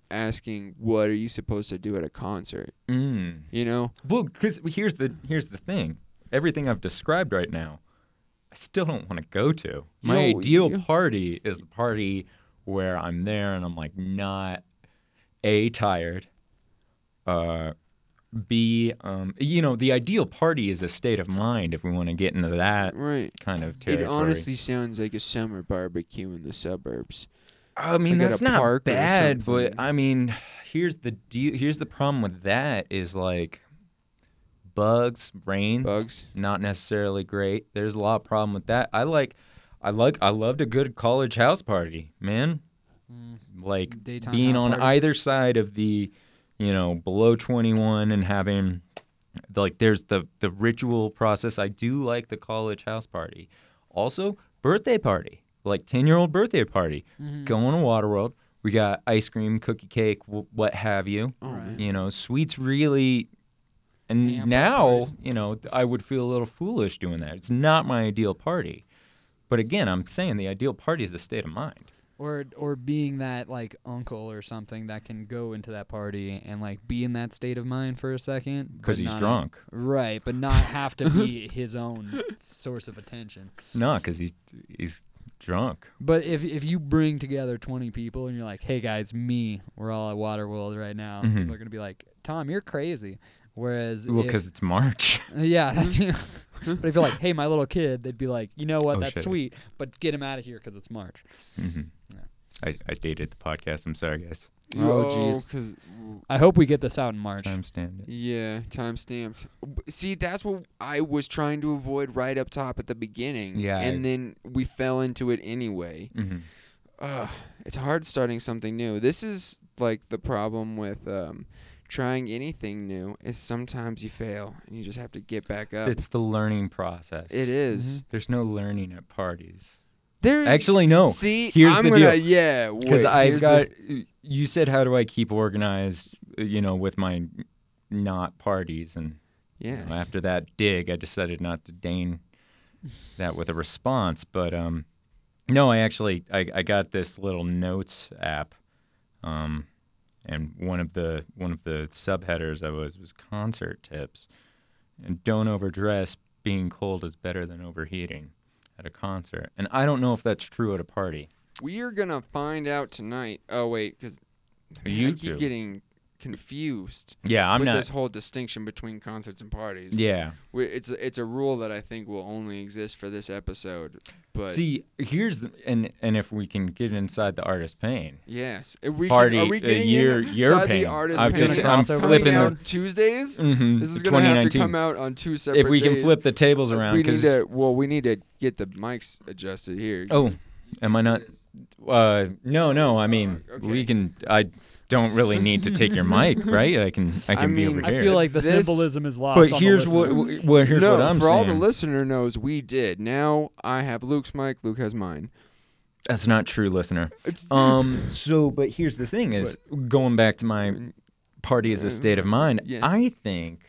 Speaker 1: asking what are you supposed to do at a concert.
Speaker 3: Mm.
Speaker 1: You know,
Speaker 3: Well, because here's the here's the thing. Everything I've described right now, I still don't want to go to. My
Speaker 1: Yo,
Speaker 3: ideal
Speaker 1: you-
Speaker 3: party is the party where I'm there and I'm like not a tired, uh, b um, you know the ideal party is a state of mind. If we want to get into that
Speaker 1: right?
Speaker 3: kind of territory,
Speaker 1: It honestly sounds like a summer barbecue in the
Speaker 3: <laughs>
Speaker 1: suburbs.
Speaker 3: I mean,
Speaker 1: Like at a
Speaker 3: that's not
Speaker 1: park or
Speaker 3: bad, but
Speaker 1: something.
Speaker 3: I mean, here's the deal. Here's the problem with that is like bugs, rain,
Speaker 1: Bugs.
Speaker 3: not necessarily great. There's a lot of problem with that. I like, I like, I loved a good college house party, man.
Speaker 2: Mm.
Speaker 3: Like
Speaker 2: Daytime
Speaker 3: being
Speaker 2: house
Speaker 3: on
Speaker 2: party.
Speaker 3: either side of the, you know, below 21 and having, like, there's the the ritual process. I do like the college house party. Also, birthday party, like 10 year old birthday party
Speaker 2: Mhm.
Speaker 3: going to Waterworld. We got ice cream, cookie cake, w- what have you.
Speaker 1: Oh,
Speaker 2: Right.
Speaker 1: man.
Speaker 3: You know, sweets really. And
Speaker 2: Yeah,
Speaker 3: now,
Speaker 2: parties.
Speaker 3: you know, I would feel a little foolish doing that. It's not my ideal party. But again, I'm saying the ideal party is a state of mind.
Speaker 2: or or being that like uncle or something that can go into that party and like be in that state of mind for a second but
Speaker 3: Because he's
Speaker 2: not-
Speaker 3: drunk.
Speaker 2: right but not have to
Speaker 3: <laughs>
Speaker 2: be his own source of attention
Speaker 3: No, because he's, he's drunk.
Speaker 2: but if if you bring together 20 people and you're like hey guys me we're all at waterworld right now
Speaker 3: Mhm.
Speaker 2: people are gonna be like tom you're crazy whereas
Speaker 3: Well,
Speaker 2: if-
Speaker 3: because it's March.
Speaker 2: <laughs>
Speaker 3: <laughs>
Speaker 2: yeah that's, <laughs> but if you're like hey my little kid they'd be like you know what
Speaker 3: Oh,
Speaker 2: that's
Speaker 3: shit.
Speaker 2: sweet but get him out of here because it's march
Speaker 3: Mhm.
Speaker 2: Yeah.
Speaker 3: I, I dated the podcast. I'm sorry, guys.
Speaker 2: Oh, jeez. i hope we get this out in march
Speaker 3: Time stand it.
Speaker 1: Yeah, time stamped. See, that's what I was trying to avoid right up top at the beginning.
Speaker 3: Yeah, I-
Speaker 1: And then we fell into it anyway.
Speaker 3: hmm
Speaker 1: Ugh, it's hard starting something new. This is like the problem with um, trying anything new is sometimes you fail and you just have to get back
Speaker 2: Uh,
Speaker 1: up.
Speaker 3: It's the learning process.
Speaker 1: It is.
Speaker 3: There's no learning at parties.
Speaker 1: There is
Speaker 3: Mm-hmm. Actually, no.
Speaker 1: Mm. See,
Speaker 3: here's
Speaker 1: I'm
Speaker 3: the
Speaker 1: gonna
Speaker 3: deal.
Speaker 1: yeah.
Speaker 3: Because
Speaker 1: wait,
Speaker 3: I've
Speaker 1: here's the-
Speaker 3: got. you said, how do I keep organized? uh, You know, with my not parties and you know,
Speaker 1: yes.
Speaker 3: after that dig, I decided not to deign that with a response. But um, no, I actually I, I got this little notes app, um, and one of the one of the subheaders I was was concert tips, and don't overdress. Being cold is better than overheating at a concert, and I don't know if that's true at a party.
Speaker 1: we are gonna find out tonight. Oh wait, because I
Speaker 3: You
Speaker 1: keep
Speaker 3: two.
Speaker 1: getting confused
Speaker 3: Yeah, I'm
Speaker 1: with
Speaker 3: not.
Speaker 1: this whole distinction between concerts and parties.
Speaker 3: yeah.
Speaker 1: We- it's a, it's a rule that I think will only exist for this episode. But
Speaker 3: See, here's the and and if we can get inside the artist pain.
Speaker 1: yes, Are we
Speaker 3: Party,
Speaker 1: are we
Speaker 3: uh,
Speaker 1: getting
Speaker 3: your-
Speaker 1: in-
Speaker 3: your
Speaker 1: inside the
Speaker 3: pain.
Speaker 1: artist
Speaker 3: I'm
Speaker 1: pain
Speaker 2: gonna-
Speaker 1: account
Speaker 2: I'm
Speaker 1: coming
Speaker 2: flipping
Speaker 1: out
Speaker 3: the-
Speaker 1: Tuesdays.
Speaker 3: Mm-hmm.
Speaker 1: This is gonna have to come out on two separate.
Speaker 3: if we can
Speaker 1: days.
Speaker 3: flip the tables around
Speaker 1: we need
Speaker 3: because
Speaker 1: to. Well, we need to get the mics adjusted here.
Speaker 3: oh am i not uh no no i mean
Speaker 1: Uh, okay.
Speaker 3: we can i don't really need to take
Speaker 1: <laughs>
Speaker 3: your mic right i can i
Speaker 1: I
Speaker 3: can
Speaker 1: mean,
Speaker 3: be over
Speaker 1: I
Speaker 2: I
Speaker 3: here
Speaker 2: feel like the
Speaker 1: This-
Speaker 2: symbolism is lost.
Speaker 3: but
Speaker 2: on the
Speaker 3: here's what,
Speaker 2: listener.
Speaker 3: what well, here's
Speaker 1: no,
Speaker 3: what i'm
Speaker 1: for
Speaker 3: saying
Speaker 1: all the listener knows, we did. Now I have Luke's mic. Luke has mine.
Speaker 3: that's not true listener um so but here's the thing is going back to my party is a state of mind
Speaker 1: yes.
Speaker 3: i think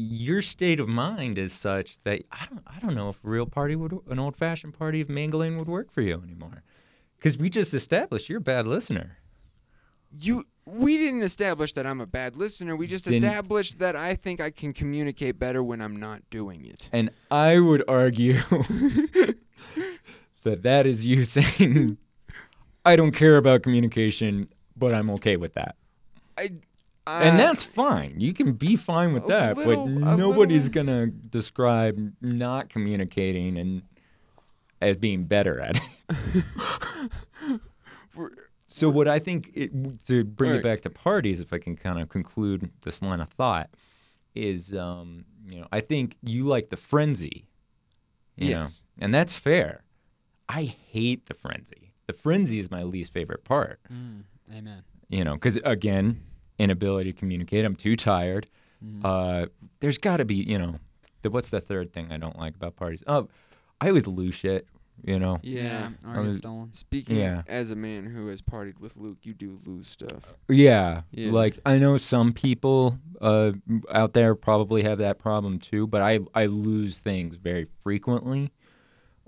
Speaker 3: your state of mind is such that I don't I don't know if a real party would an old fashioned party of mingling would work for you anymore, because we just established you're a bad listener.
Speaker 1: You. We didn't establish that I'm a bad listener. We just
Speaker 3: Then-
Speaker 1: established that I think I can communicate better when I'm not doing it.
Speaker 3: And I would argue <laughs> that that is you <laughs> saying, I don't care about communication, but I'm okay with that.
Speaker 1: I.
Speaker 3: and
Speaker 1: I-
Speaker 3: that's fine. You can be fine with
Speaker 1: Uh, a
Speaker 3: that,
Speaker 1: little- a
Speaker 3: but nobody's
Speaker 1: little-
Speaker 3: going to describe not communicating and as being better at it.
Speaker 1: <laughs>
Speaker 3: so what I think it, to bring
Speaker 1: Right.
Speaker 3: it back to parties, if I can kind of conclude this line of thought, is um, you know I think you like the frenzy, you know,
Speaker 1: Yes.
Speaker 3: and that's fair. I hate the frenzy. The frenzy is my least favorite part
Speaker 2: Mm, amen.
Speaker 3: you know because again inability to communicate i'm too tired
Speaker 2: Mm.
Speaker 3: uh there's got to be you know the, what's the third thing i don't like about parties oh i always lose shit you know
Speaker 1: Yeah.
Speaker 2: or get
Speaker 3: was-
Speaker 2: stolen.
Speaker 1: Speaking
Speaker 3: Yeah.
Speaker 1: as a man who has partied with Luke, you do lose stuff.
Speaker 3: yeah,
Speaker 1: Yeah.
Speaker 3: like i know some people uh out there probably have that problem too but i i lose things very frequently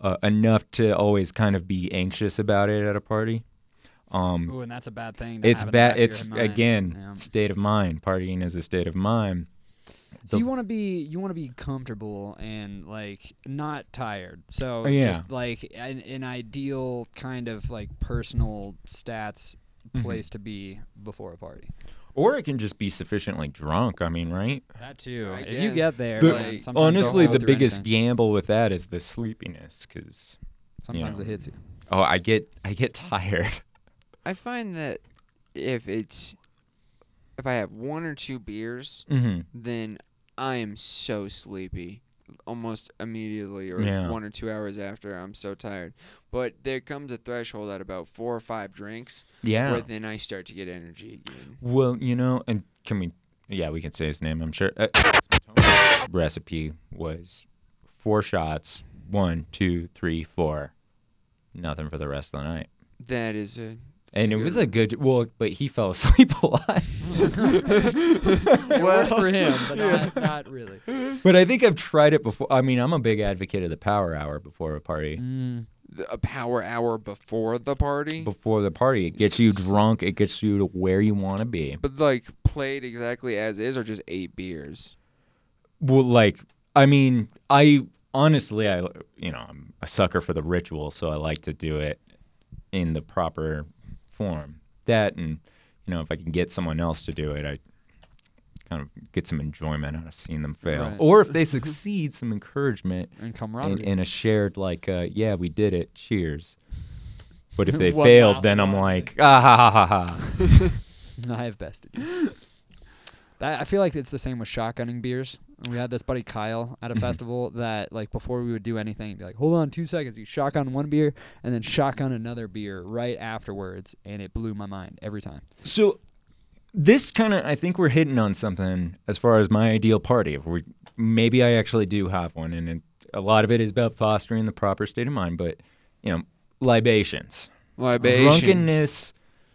Speaker 3: uh, enough to always kind of be anxious about it at a party um
Speaker 2: Ooh, and that's a bad thing. To
Speaker 3: it's
Speaker 2: have in the back
Speaker 3: bad
Speaker 2: of your
Speaker 3: it's
Speaker 2: mind.
Speaker 3: again
Speaker 2: Yeah.
Speaker 3: state of mind partying is a state of mind
Speaker 2: So
Speaker 3: The-
Speaker 2: you want to be you want to be comfortable and like not tired. So
Speaker 3: Uh, yeah.
Speaker 2: just like an, an ideal kind of like personal stats
Speaker 3: Mm-hmm.
Speaker 2: place to be before a party.
Speaker 3: Or it can just be sufficiently drunk. I mean, right?
Speaker 2: That too.
Speaker 1: I
Speaker 2: if you
Speaker 1: guess.
Speaker 2: get there,
Speaker 3: The-
Speaker 2: man, sometimes
Speaker 3: Honestly,
Speaker 2: you don't
Speaker 3: the
Speaker 2: go through
Speaker 3: biggest
Speaker 2: anything.
Speaker 3: gamble with that is the sleepiness. Because
Speaker 2: sometimes
Speaker 3: know.
Speaker 2: it hits you.
Speaker 3: oh, I get I get tired. <laughs>
Speaker 1: I find that if it's if I have one or two beers,
Speaker 3: mm-hmm.
Speaker 1: then I am so sleepy almost immediately or
Speaker 3: Yeah.
Speaker 1: one or two hours after I'm so tired. But there comes a threshold at about four or five drinks
Speaker 3: Yeah.
Speaker 1: where then I start to get energy again.
Speaker 3: well, you know, and can we? Yeah, we can say his name. I'm sure. Uh, <coughs> recipe was four shots. One, two, three, four. Nothing for the rest of the night.
Speaker 1: That is a
Speaker 3: And it was a
Speaker 1: like
Speaker 3: good. Well, but he fell <laughs> asleep
Speaker 2: <laughs>
Speaker 3: a lot.
Speaker 2: <laughs> It worked for him, <laughs> but not, not really.
Speaker 3: but I think I've tried it before. I mean, I'm a big advocate of the power hour before a party.
Speaker 2: Mm,
Speaker 1: a power hour before the party.
Speaker 3: before the party. It gets you
Speaker 1: S-
Speaker 3: drunk. It gets you to where you want to be.
Speaker 1: but like played exactly as is or just eight beers.
Speaker 3: Well, like I mean, I honestly, I you know, I'm a sucker for the ritual, so I like to do it in the proper form. That and you know, if I can get someone else to do it, I kind of get some enjoyment out of seeing them fail,
Speaker 2: Right. <laughs>
Speaker 3: or if they succeed, some encouragement
Speaker 2: And
Speaker 3: in,
Speaker 2: camaraderie.
Speaker 3: in a shared like, uh, yeah, we did it, cheers. But
Speaker 2: <laughs>
Speaker 3: if they
Speaker 2: One
Speaker 3: failed,
Speaker 2: last
Speaker 3: then I'm
Speaker 2: one.
Speaker 3: like, ah ha ha ha ha.
Speaker 2: <laughs> I have bested. you. That, I feel like it's the same with shotgunning beers. We had this buddy Kyle at a
Speaker 3: Mm-hmm.
Speaker 2: festival that, like, before we would do anything, he'd be like, "Hold on, two seconds." You shotgun one beer and then shotgun another beer right afterwards, and it blew my mind every time.
Speaker 3: So this kind of I think we're hitting on something as far as my ideal party. If we maybe I actually do have one, and it, a lot of it is about fostering the proper state of mind. But you know, libations,
Speaker 1: Libations.
Speaker 3: drunkenness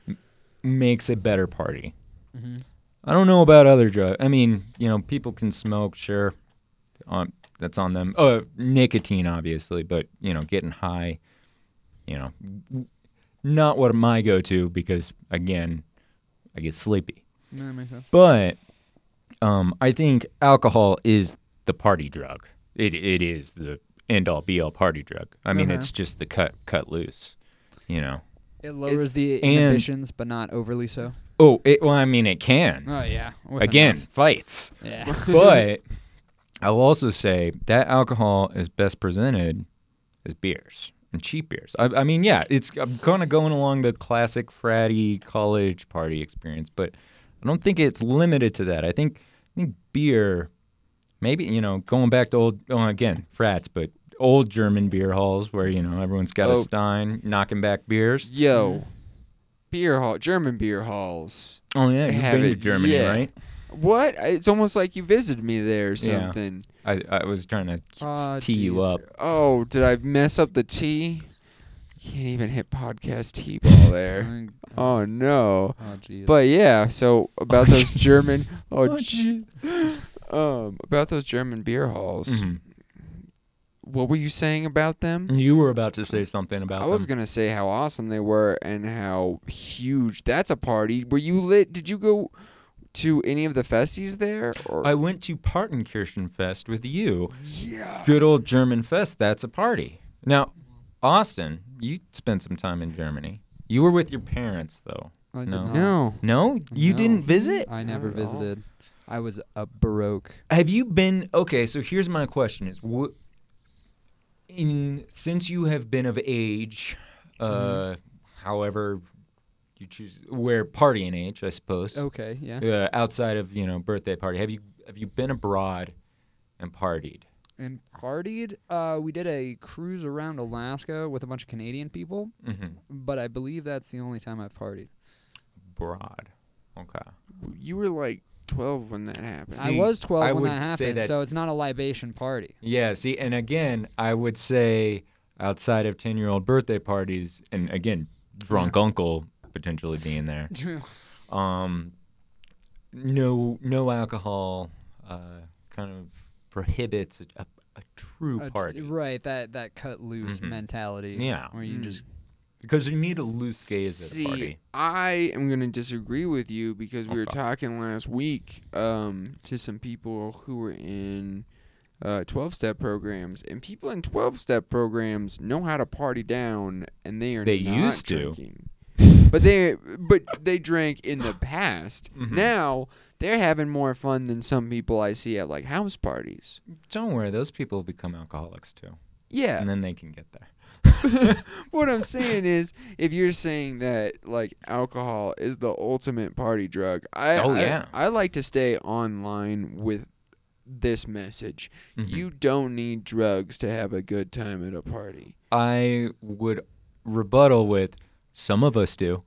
Speaker 3: m- makes a better party.
Speaker 2: Mhm.
Speaker 3: I don't know about other drugs. I mean, you know, people can smoke, sure. On that's on them. Uh, nicotine, obviously, but you know, getting high, you know, w- not what my go-to because again, I get sleepy.
Speaker 1: No, that makes sense.
Speaker 3: But um, I think alcohol is the party drug. It it is the end all be all party drug. I mean,
Speaker 1: Uh-huh.
Speaker 3: it's just the cut cut loose, you know.
Speaker 2: It lowers the
Speaker 3: and-
Speaker 2: inhibitions, but not overly so.
Speaker 3: Oh, it, well, I mean, it can.
Speaker 2: Oh yeah.
Speaker 3: Again,
Speaker 1: <laughs>
Speaker 3: fights.
Speaker 2: Yeah.
Speaker 3: But I'll also say that alcohol is best presented as beers and cheap beers. I, I mean, yeah, it's I'm kind of going along the classic fratty college party experience, but I don't think it's limited to that. I think I think beer, maybe you know, going back to old oh, again frats, but old German beer halls where you know everyone's got
Speaker 1: Oh.
Speaker 3: a stein knocking back beers.
Speaker 1: Yo,
Speaker 3: Mm.
Speaker 1: beer hall, German beer halls.
Speaker 3: Oh yeah, you've
Speaker 1: Have
Speaker 3: been to
Speaker 1: it,
Speaker 3: Germany,
Speaker 1: yeah.
Speaker 3: right?
Speaker 1: What? I- It's almost like you visited me there or
Speaker 3: Yeah.
Speaker 1: something.
Speaker 3: I, I was trying to
Speaker 1: Ah,
Speaker 2: Aw,
Speaker 3: tee you
Speaker 2: jeez.
Speaker 3: up.
Speaker 1: Oh, did I mess up the T? Can't even hit podcast T
Speaker 3: <laughs>
Speaker 1: ball there.
Speaker 2: Mm,
Speaker 1: oh no.
Speaker 2: <laughs> Oh jeez.
Speaker 1: But yeah, so about
Speaker 3: <laughs>
Speaker 1: those German oh,
Speaker 3: Oh,
Speaker 1: jeez. um about those German beer halls.
Speaker 3: Mhm.
Speaker 1: What were you saying about them?
Speaker 3: You were about to say something Mm-hmm. Mm, about.
Speaker 1: I was
Speaker 3: them.
Speaker 1: gonna say how awesome they were and how huge. That's a party. Were you lit? Did you go to any of the festies there? Or
Speaker 3: I went to Partenkirchen Fest with you.
Speaker 1: yeah,
Speaker 3: Good old German fest. That's a party. Now, Austin, you spent some time in Germany. You were with your parents, though.
Speaker 2: I did
Speaker 3: no.
Speaker 2: not.
Speaker 1: no.
Speaker 3: No, you
Speaker 2: No.
Speaker 3: didn't visit.
Speaker 2: I
Speaker 1: Not
Speaker 2: never
Speaker 1: at all.
Speaker 2: visited. I was a baroque.
Speaker 3: Have you been? Okay, so here's my question: Is what in since you have been of age, uh,
Speaker 1: Mm-hmm.
Speaker 3: however you choose, where partying age, I suppose.
Speaker 2: Okay, yeah.
Speaker 3: uh, outside of you know birthday party have you have you been abroad and partied
Speaker 2: And partied. Uh, we did a cruise around Alaska with a bunch of Canadian people,
Speaker 3: mm-hmm.
Speaker 2: but I believe that's the only time I've partied.
Speaker 3: abroad okay
Speaker 1: You were like twelve when that happened.
Speaker 2: I
Speaker 3: See,
Speaker 2: was 12
Speaker 3: I
Speaker 2: when
Speaker 3: would
Speaker 2: that
Speaker 3: say
Speaker 2: happened,
Speaker 3: that-
Speaker 2: so it's not a libation party.
Speaker 3: yeah see and again i would say outside of 10 year old birthday parties and again drunk uncle potentially being there um no no alcohol uh kind of prohibits a, a, a true
Speaker 2: A tr-
Speaker 3: party
Speaker 2: right, that that cut loose
Speaker 3: Mhm.
Speaker 2: mentality.
Speaker 3: Yeah.
Speaker 2: Where you just
Speaker 3: because you need a loose gaze at
Speaker 1: See,
Speaker 3: a party Oh,
Speaker 1: I am going to disagree with you because we were
Speaker 3: Okay.
Speaker 1: talking last week um, to some people who were in uh, 12-step programs, and people in 12-step programs know how to party down, and they are
Speaker 3: They
Speaker 1: not
Speaker 3: used to.
Speaker 1: drinking. But they but they drank in the past.
Speaker 3: Mhm.
Speaker 1: Now they're having more fun than some people I see at like house parties.
Speaker 3: don't worry those people become alcoholics too
Speaker 1: Yeah,
Speaker 3: and then they can get there
Speaker 1: what I'm saying is, if you're saying that like alcohol is the ultimate party drug, I
Speaker 3: Oh,
Speaker 1: I-
Speaker 3: yeah.
Speaker 1: I, like to stay online with this message.
Speaker 3: Mhm.
Speaker 1: You don't need drugs to have a good time at a party.
Speaker 3: I would rebuttal with some of us do.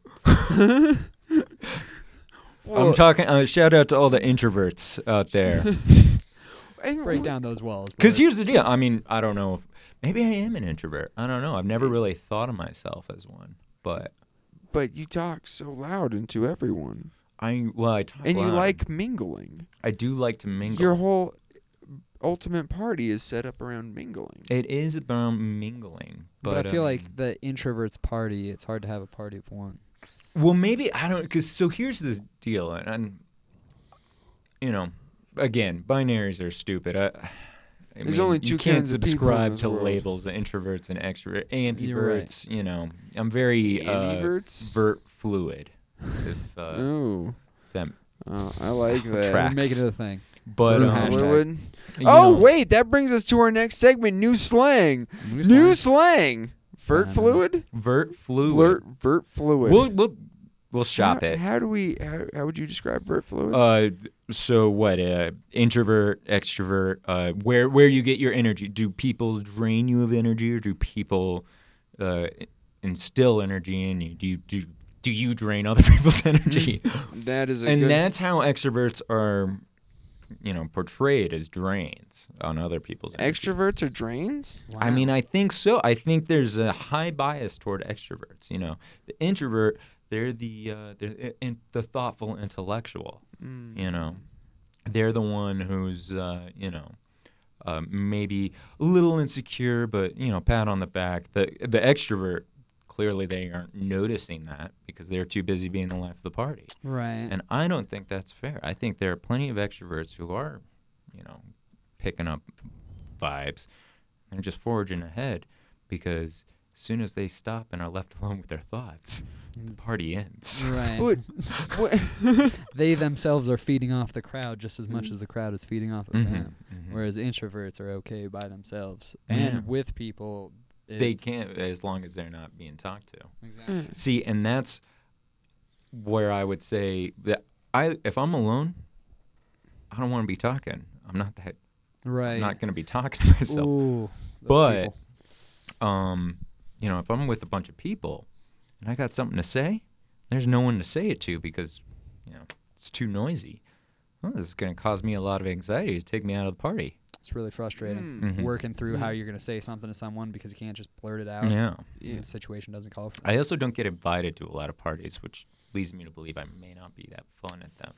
Speaker 3: I'm talking. Uh, shout out to all the introverts out there.
Speaker 1: and
Speaker 2: break
Speaker 1: wh-
Speaker 2: down those walls.
Speaker 3: Because
Speaker 2: brother.
Speaker 3: here's the deal. I mean, I don't know if maybe I am an introvert. I don't know. I've never really thought of myself as one. But
Speaker 1: But you talk so loud into everyone,
Speaker 3: I well, I talk
Speaker 1: and you
Speaker 3: loud.
Speaker 1: like mingling.
Speaker 3: I do like to mingle.
Speaker 1: Your whole ultimate party is set up around mingling.
Speaker 3: it is about mingling,
Speaker 2: but, I feel
Speaker 3: um,
Speaker 2: like the introverts party, it's hard to have a party of one.
Speaker 3: Well, maybe I don't. Because so here's the deal, and, and you know, again, binaries are stupid. I, I
Speaker 1: There's
Speaker 3: mean,
Speaker 1: only two
Speaker 3: you can't
Speaker 1: kinds of people in
Speaker 3: subscribe
Speaker 1: this
Speaker 3: to
Speaker 1: world.
Speaker 3: labels of introverts and extroverts,
Speaker 2: You're right.
Speaker 3: ambiverts. You know, I'm very uh,
Speaker 1: Ambiverts?
Speaker 3: vert fluid.
Speaker 1: <laughs>
Speaker 3: If uh,
Speaker 1: Ooh,
Speaker 3: them,
Speaker 1: Uh, I
Speaker 3: <laughs>
Speaker 1: like that.
Speaker 3: Track.
Speaker 2: Make it
Speaker 3: Facts.
Speaker 2: a thing.
Speaker 3: but
Speaker 2: Vert
Speaker 3: um,
Speaker 2: fluid.
Speaker 1: Fluid.
Speaker 3: you
Speaker 1: Oh
Speaker 3: know,
Speaker 1: wait, that brings us to our next segment: new slang. New slang. Vert
Speaker 2: I don't know.
Speaker 1: fluid.
Speaker 3: vert Uh-huh. fluid.
Speaker 1: Vert vert fluid.
Speaker 3: We'll we'll we'll shop
Speaker 1: how,
Speaker 3: it.
Speaker 1: How do we? How, how would you describe vert fluid?
Speaker 3: Uh, so what? Uh, introvert, extrovert. Uh, where where you get your energy? Do people drain you of energy, or do people uh, instill energy in you? Do you do you-
Speaker 4: do you drain
Speaker 3: <laughs>
Speaker 4: other people's energy?
Speaker 1: That Hmm. is a
Speaker 3: and
Speaker 1: good.
Speaker 3: that's how extroverts are, you know, portrayed as drains on other people's energy.
Speaker 1: extroverts are drains.
Speaker 3: I mean, I think so. I think there's a high bias toward extroverts. You know, the introvert, they're the uh, they're i- in, the thoughtful intellectual.
Speaker 1: Hmm.
Speaker 3: You know, they're the one who's uh, you know. Uh, maybe a little insecure, but you know, pat on the back. The the extrovert clearly they aren't noticing that because they're too busy being the life of the party. <laughs>
Speaker 2: Right.
Speaker 3: And I don't think that's fair. I think there are plenty of extroverts who are, you know, picking up vibes and just forging ahead because as soon as they stop and are left <laughs> alone with their thoughts, the party ends.
Speaker 2: Right.
Speaker 1: What- what-
Speaker 2: <laughs> They themselves are feeding off the crowd just as
Speaker 3: Mm.
Speaker 2: much as the crowd is feeding off of them.
Speaker 3: mhm.
Speaker 2: Mm-hmm. Whereas introverts are okay by themselves
Speaker 3: Yeah.
Speaker 2: and with people.
Speaker 3: They
Speaker 2: it's-
Speaker 3: can't as long as they're not being talked to.
Speaker 2: exactly.
Speaker 3: See, and that's where I would say that I if I'm alone, I don't want to be talking. I'm not that
Speaker 2: Right. <laughs>
Speaker 3: not going to be talking to myself.
Speaker 2: Ooh, those
Speaker 3: But-
Speaker 2: people.
Speaker 3: um, you know, if I'm with a bunch of people and I got something to say, there's no one to say it to because, you know, it's too noisy. Well, this is going to cause me a lot of anxiety to take me out of the party.
Speaker 2: it's really frustrating.
Speaker 1: Mm.
Speaker 3: Mhm.
Speaker 2: Working through how
Speaker 1: Mm.
Speaker 2: you're going to say something to someone because you can't just blurt it out.
Speaker 3: Yeah.
Speaker 2: and
Speaker 1: Yeah.
Speaker 2: The situation doesn't call for that.
Speaker 3: I also don't get invited to a lot of parties, which leads me to believe I may not be that fun at them.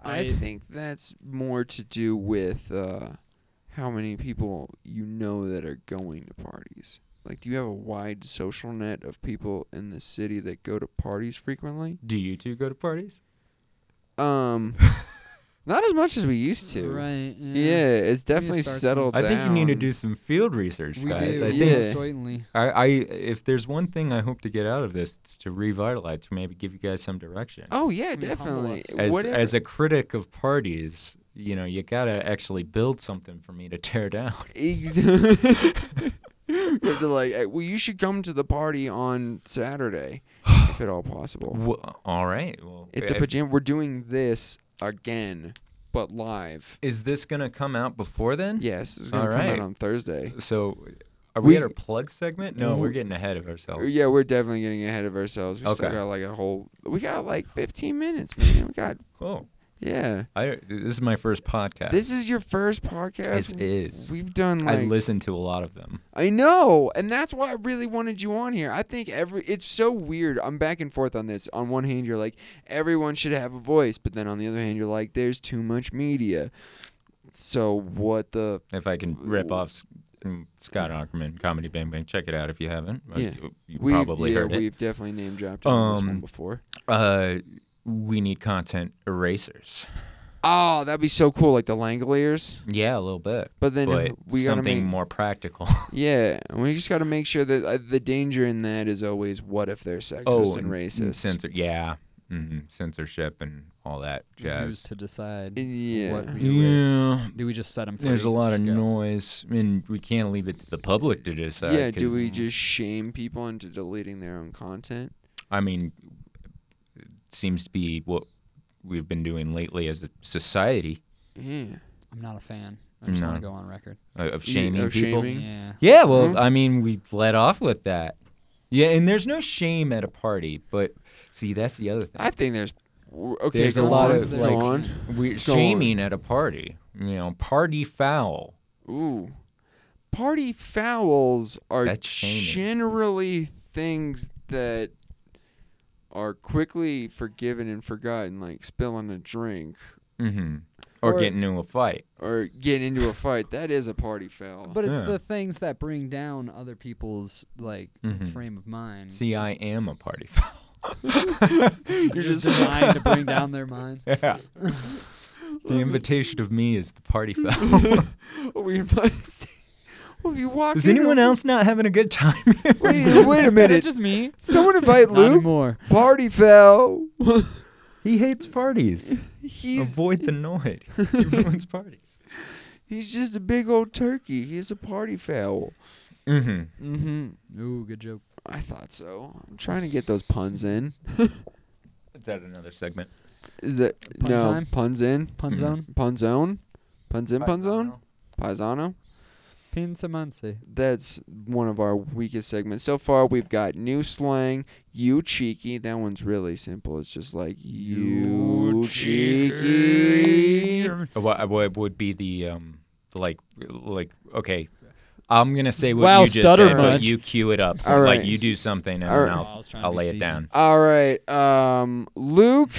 Speaker 1: I
Speaker 4: I-
Speaker 1: think that's more to do with uh, how many people you know that are going to parties. Like, do you have a wide social net of people in the city that go to parties frequently?
Speaker 3: Do you two go to parties? <laughs>
Speaker 1: Um, not as much as we used to.
Speaker 2: Right.
Speaker 1: Yeah, it's definitely
Speaker 2: start some-
Speaker 1: settled.
Speaker 3: I think you need to
Speaker 1: down.
Speaker 3: do some field research,
Speaker 2: We
Speaker 3: guys.
Speaker 2: do.
Speaker 3: I
Speaker 1: yeah.
Speaker 3: think
Speaker 1: think-
Speaker 2: certainly.
Speaker 3: I, I if there's one thing I hope to get out of this, it's to revitalize, to maybe give you guys some direction.
Speaker 1: Oh yeah,
Speaker 2: Can you humble
Speaker 1: definitely.
Speaker 2: us?
Speaker 3: as,
Speaker 1: Whatever-
Speaker 3: as a critic of parties, you know, you gotta actually build something for me to tear down. <laughs>
Speaker 1: Ex- <laughs> you have to like. eh, Well, you should come to the party on Saturday, if at all
Speaker 3: <sighs>
Speaker 1: possible.
Speaker 3: Well, all right. Well,
Speaker 1: It's a
Speaker 3: if-
Speaker 1: pajama. We're doing this again, but live.
Speaker 3: is this gonna come out before then?
Speaker 1: Yes, it's gonna
Speaker 3: All
Speaker 1: come
Speaker 3: right.
Speaker 1: out on Thursday.
Speaker 3: So, are we,
Speaker 1: We-
Speaker 3: at our plug segment? No, we're
Speaker 1: Mhm.
Speaker 3: getting ahead of ourselves.
Speaker 1: Yeah, we're definitely getting ahead of ourselves. We still
Speaker 3: Okay.
Speaker 1: got like a whole. We got like 15 minutes, man. We got
Speaker 3: Oh,
Speaker 1: yeah.
Speaker 3: I this is my first podcast.
Speaker 1: This is your first podcast.
Speaker 3: This is.
Speaker 1: We've done like
Speaker 3: I listened to a lot of them.
Speaker 1: I know, and that's why I really wanted you on here. I think every it's so weird. I'm back and forth on this. On one hand, you're like everyone should have a voice, but then on the other hand, you're like there's too much media. So what the
Speaker 3: If I can rip off S- mm, Scott Ackerman, Comedy Bang Bang, check it out if you haven't. Uh,
Speaker 1: Yeah.
Speaker 3: You, you
Speaker 1: we
Speaker 3: probably
Speaker 1: yeah,
Speaker 3: heard it.
Speaker 1: we've definitely name dropped you on this one
Speaker 3: Um,
Speaker 1: before.
Speaker 3: Uh, we need content erasers.
Speaker 1: Oh, that'd be so cool, like the Langoliers.
Speaker 3: Yeah, a little bit.
Speaker 1: But then
Speaker 3: but
Speaker 1: we gotta make
Speaker 3: something
Speaker 1: <laughs>
Speaker 3: more practical.
Speaker 1: yeah, and we just gotta make sure that uh, the danger in that is always what if they're sexist and
Speaker 3: Oh, and-
Speaker 1: racist.
Speaker 3: Censor, yeah, hmm censorship and all that
Speaker 2: Who's
Speaker 3: jazz.
Speaker 2: to decide?
Speaker 1: yeah.
Speaker 2: What we-
Speaker 3: Yeah,
Speaker 2: Do we just set them free?
Speaker 3: there's a lot of
Speaker 2: Just go.
Speaker 3: noise, and we can't leave it to the public to decide.
Speaker 1: yeah, do
Speaker 3: 'cause,
Speaker 1: we just shame people into deleting their own content?
Speaker 3: I mean, it seems to be what we've been doing lately as a society
Speaker 1: Yeah.
Speaker 2: I'm not a fan. I just want
Speaker 3: No.
Speaker 2: to go on record.
Speaker 3: uh, of
Speaker 1: Ye-
Speaker 3: shaming
Speaker 1: of
Speaker 3: people.
Speaker 1: shaming.
Speaker 2: Yeah.
Speaker 3: Yeah, well,
Speaker 1: Mhm.
Speaker 3: I mean, we let off with that. Yeah, and there's no shame at a party, but see, that's the other thing.
Speaker 1: I think there's okay.
Speaker 3: There's a
Speaker 1: go
Speaker 3: lot
Speaker 1: on,
Speaker 3: of,
Speaker 1: go
Speaker 3: like-
Speaker 1: on.
Speaker 3: we
Speaker 1: Go on.
Speaker 3: shaming at a party, you know, party foul.
Speaker 1: Ooh, party fouls are
Speaker 3: That's shaming.
Speaker 1: generally things that are quickly forgiven and forgotten, like spilling a drink
Speaker 3: Mm-hmm. Or,
Speaker 2: Or-
Speaker 3: get into a fight.
Speaker 1: or getting into a fight. That is a party foul.
Speaker 2: But it's
Speaker 3: Yeah.
Speaker 2: the things that bring down other people's like
Speaker 3: Mhm.
Speaker 2: frame of mind.
Speaker 3: See, I am a party <laughs> foul.
Speaker 2: <laughs> you're just designed to bring down their minds.
Speaker 3: Yeah. <laughs> the invitation of me is the <laughs> party foul.
Speaker 1: <laughs> we must. Well, if you walk
Speaker 3: is
Speaker 1: in-
Speaker 3: anyone else not having a good time here?
Speaker 1: Wait, <laughs> wait a minute.
Speaker 2: just me.
Speaker 1: Someone invite
Speaker 2: Not
Speaker 1: Luke.
Speaker 2: anymore.
Speaker 1: Party
Speaker 3: <laughs>
Speaker 1: foul.
Speaker 3: <laughs> He hates parties.
Speaker 1: He's
Speaker 3: Avoid the <laughs> noise. He ruins parties.
Speaker 1: He's just a big old turkey. He's a party fowl.
Speaker 3: Mm-hmm.
Speaker 1: Mm-hmm.
Speaker 2: Ooh, good joke.
Speaker 1: I thought so. I'm trying to get those puns in.
Speaker 3: Is that another segment?
Speaker 1: Is that
Speaker 2: Pun
Speaker 1: no
Speaker 2: time?
Speaker 1: puns in?
Speaker 2: Pun
Speaker 3: Mhm.
Speaker 2: zone.
Speaker 1: Pun zone? Puns in? Pun zone? Paisano?
Speaker 2: Pinsa Mansi.
Speaker 1: That's one of our weakest segments. So far, we've got new slang, you cheeky. That one's really simple. It's just like, you, cheeky.
Speaker 3: What, uh, what would be the um like like okay. I'm gonna say what
Speaker 2: Wow,
Speaker 3: you just
Speaker 2: stutter
Speaker 3: said,
Speaker 2: much.
Speaker 3: but you cue it up.
Speaker 1: All right.
Speaker 3: Like you do something, and
Speaker 1: All
Speaker 3: then
Speaker 1: right.
Speaker 3: I'll, I'll lay it down.
Speaker 1: All right. Um, Luke,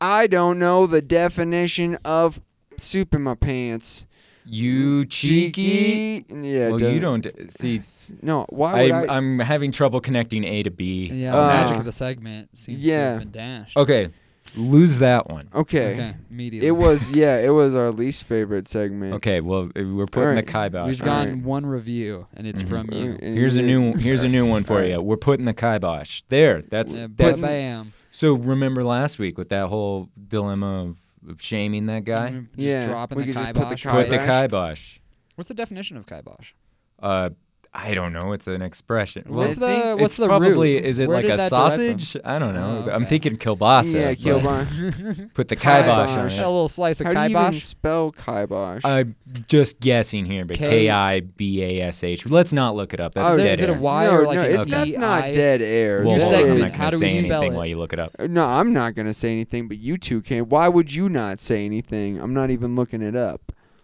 Speaker 1: I don't know the definition of soup in my pants.
Speaker 3: You cheeky.
Speaker 1: Yeah,
Speaker 3: well,
Speaker 1: duh.
Speaker 3: you don't see.
Speaker 1: No, why
Speaker 3: I,
Speaker 1: would I?
Speaker 3: I'm having trouble connecting A to B.
Speaker 2: Yeah,
Speaker 1: Uh,
Speaker 2: the magic of the segment seems to
Speaker 1: yeah.
Speaker 2: have been dashed.
Speaker 3: Okay, lose that one.
Speaker 1: okay.
Speaker 2: Okay, immediately.
Speaker 1: It was, yeah, it was our least favorite segment.
Speaker 3: Okay, well uh, we're putting
Speaker 1: right.
Speaker 3: the kibosh.
Speaker 2: We've
Speaker 1: All
Speaker 3: on it.
Speaker 2: gotten one review, and it's
Speaker 3: Mhm.
Speaker 2: from you.
Speaker 1: Uh, uh,
Speaker 3: Here's a new here's a new one for
Speaker 1: All right.
Speaker 3: you. We're putting the kibosh there. That's
Speaker 2: Yeah,
Speaker 3: that's
Speaker 2: bam.
Speaker 3: so. Remember last week with that whole dilemma of, of shaming that guy.
Speaker 2: Just
Speaker 1: Yeah,
Speaker 2: dropping
Speaker 1: we
Speaker 2: the
Speaker 1: could just
Speaker 2: kibosh.
Speaker 1: put the
Speaker 3: Put the
Speaker 1: Kibosh.
Speaker 3: kibosh.
Speaker 2: What's the definition of kibosh?
Speaker 3: Uh, I don't know. It's an expression. Well,
Speaker 2: what's
Speaker 1: I
Speaker 2: the
Speaker 1: think
Speaker 2: what's
Speaker 3: it's
Speaker 2: the
Speaker 3: probably
Speaker 2: root?
Speaker 3: is it
Speaker 2: Where
Speaker 3: like
Speaker 2: did
Speaker 3: a
Speaker 2: that derive from?
Speaker 3: sausage? I don't know.
Speaker 2: Oh,
Speaker 3: I'm
Speaker 2: okay.
Speaker 3: thinking kielbasa.
Speaker 1: Yeah,
Speaker 3: but
Speaker 1: Kilbon.
Speaker 2: <laughs>
Speaker 3: Put the kibosh,
Speaker 1: Kibosh.
Speaker 2: A
Speaker 3: on it.
Speaker 2: little slice of
Speaker 1: How do you even
Speaker 2: kibosh.
Speaker 1: spell kibosh?
Speaker 2: Uh,
Speaker 3: I'm just guessing here, but
Speaker 2: K-
Speaker 3: K I B A S H. Let's not look it up. That's
Speaker 1: Oh,
Speaker 2: Is it-
Speaker 3: dead
Speaker 2: is it a
Speaker 3: air.
Speaker 2: Y
Speaker 1: no,
Speaker 2: or like
Speaker 1: no,
Speaker 2: an
Speaker 1: it's,
Speaker 2: E,
Speaker 1: that's
Speaker 2: I?
Speaker 1: not dead air.
Speaker 3: Well,
Speaker 2: Your
Speaker 1: That
Speaker 3: well, I'm
Speaker 2: segment.
Speaker 3: not
Speaker 1: is-
Speaker 3: gonna
Speaker 2: How do
Speaker 3: say
Speaker 2: we spell
Speaker 3: anything
Speaker 2: it?
Speaker 3: while you look it up.
Speaker 1: No, I'm not gonna say anything, but you two can. Why would you not say anything? I'm not even looking it up. <laughs>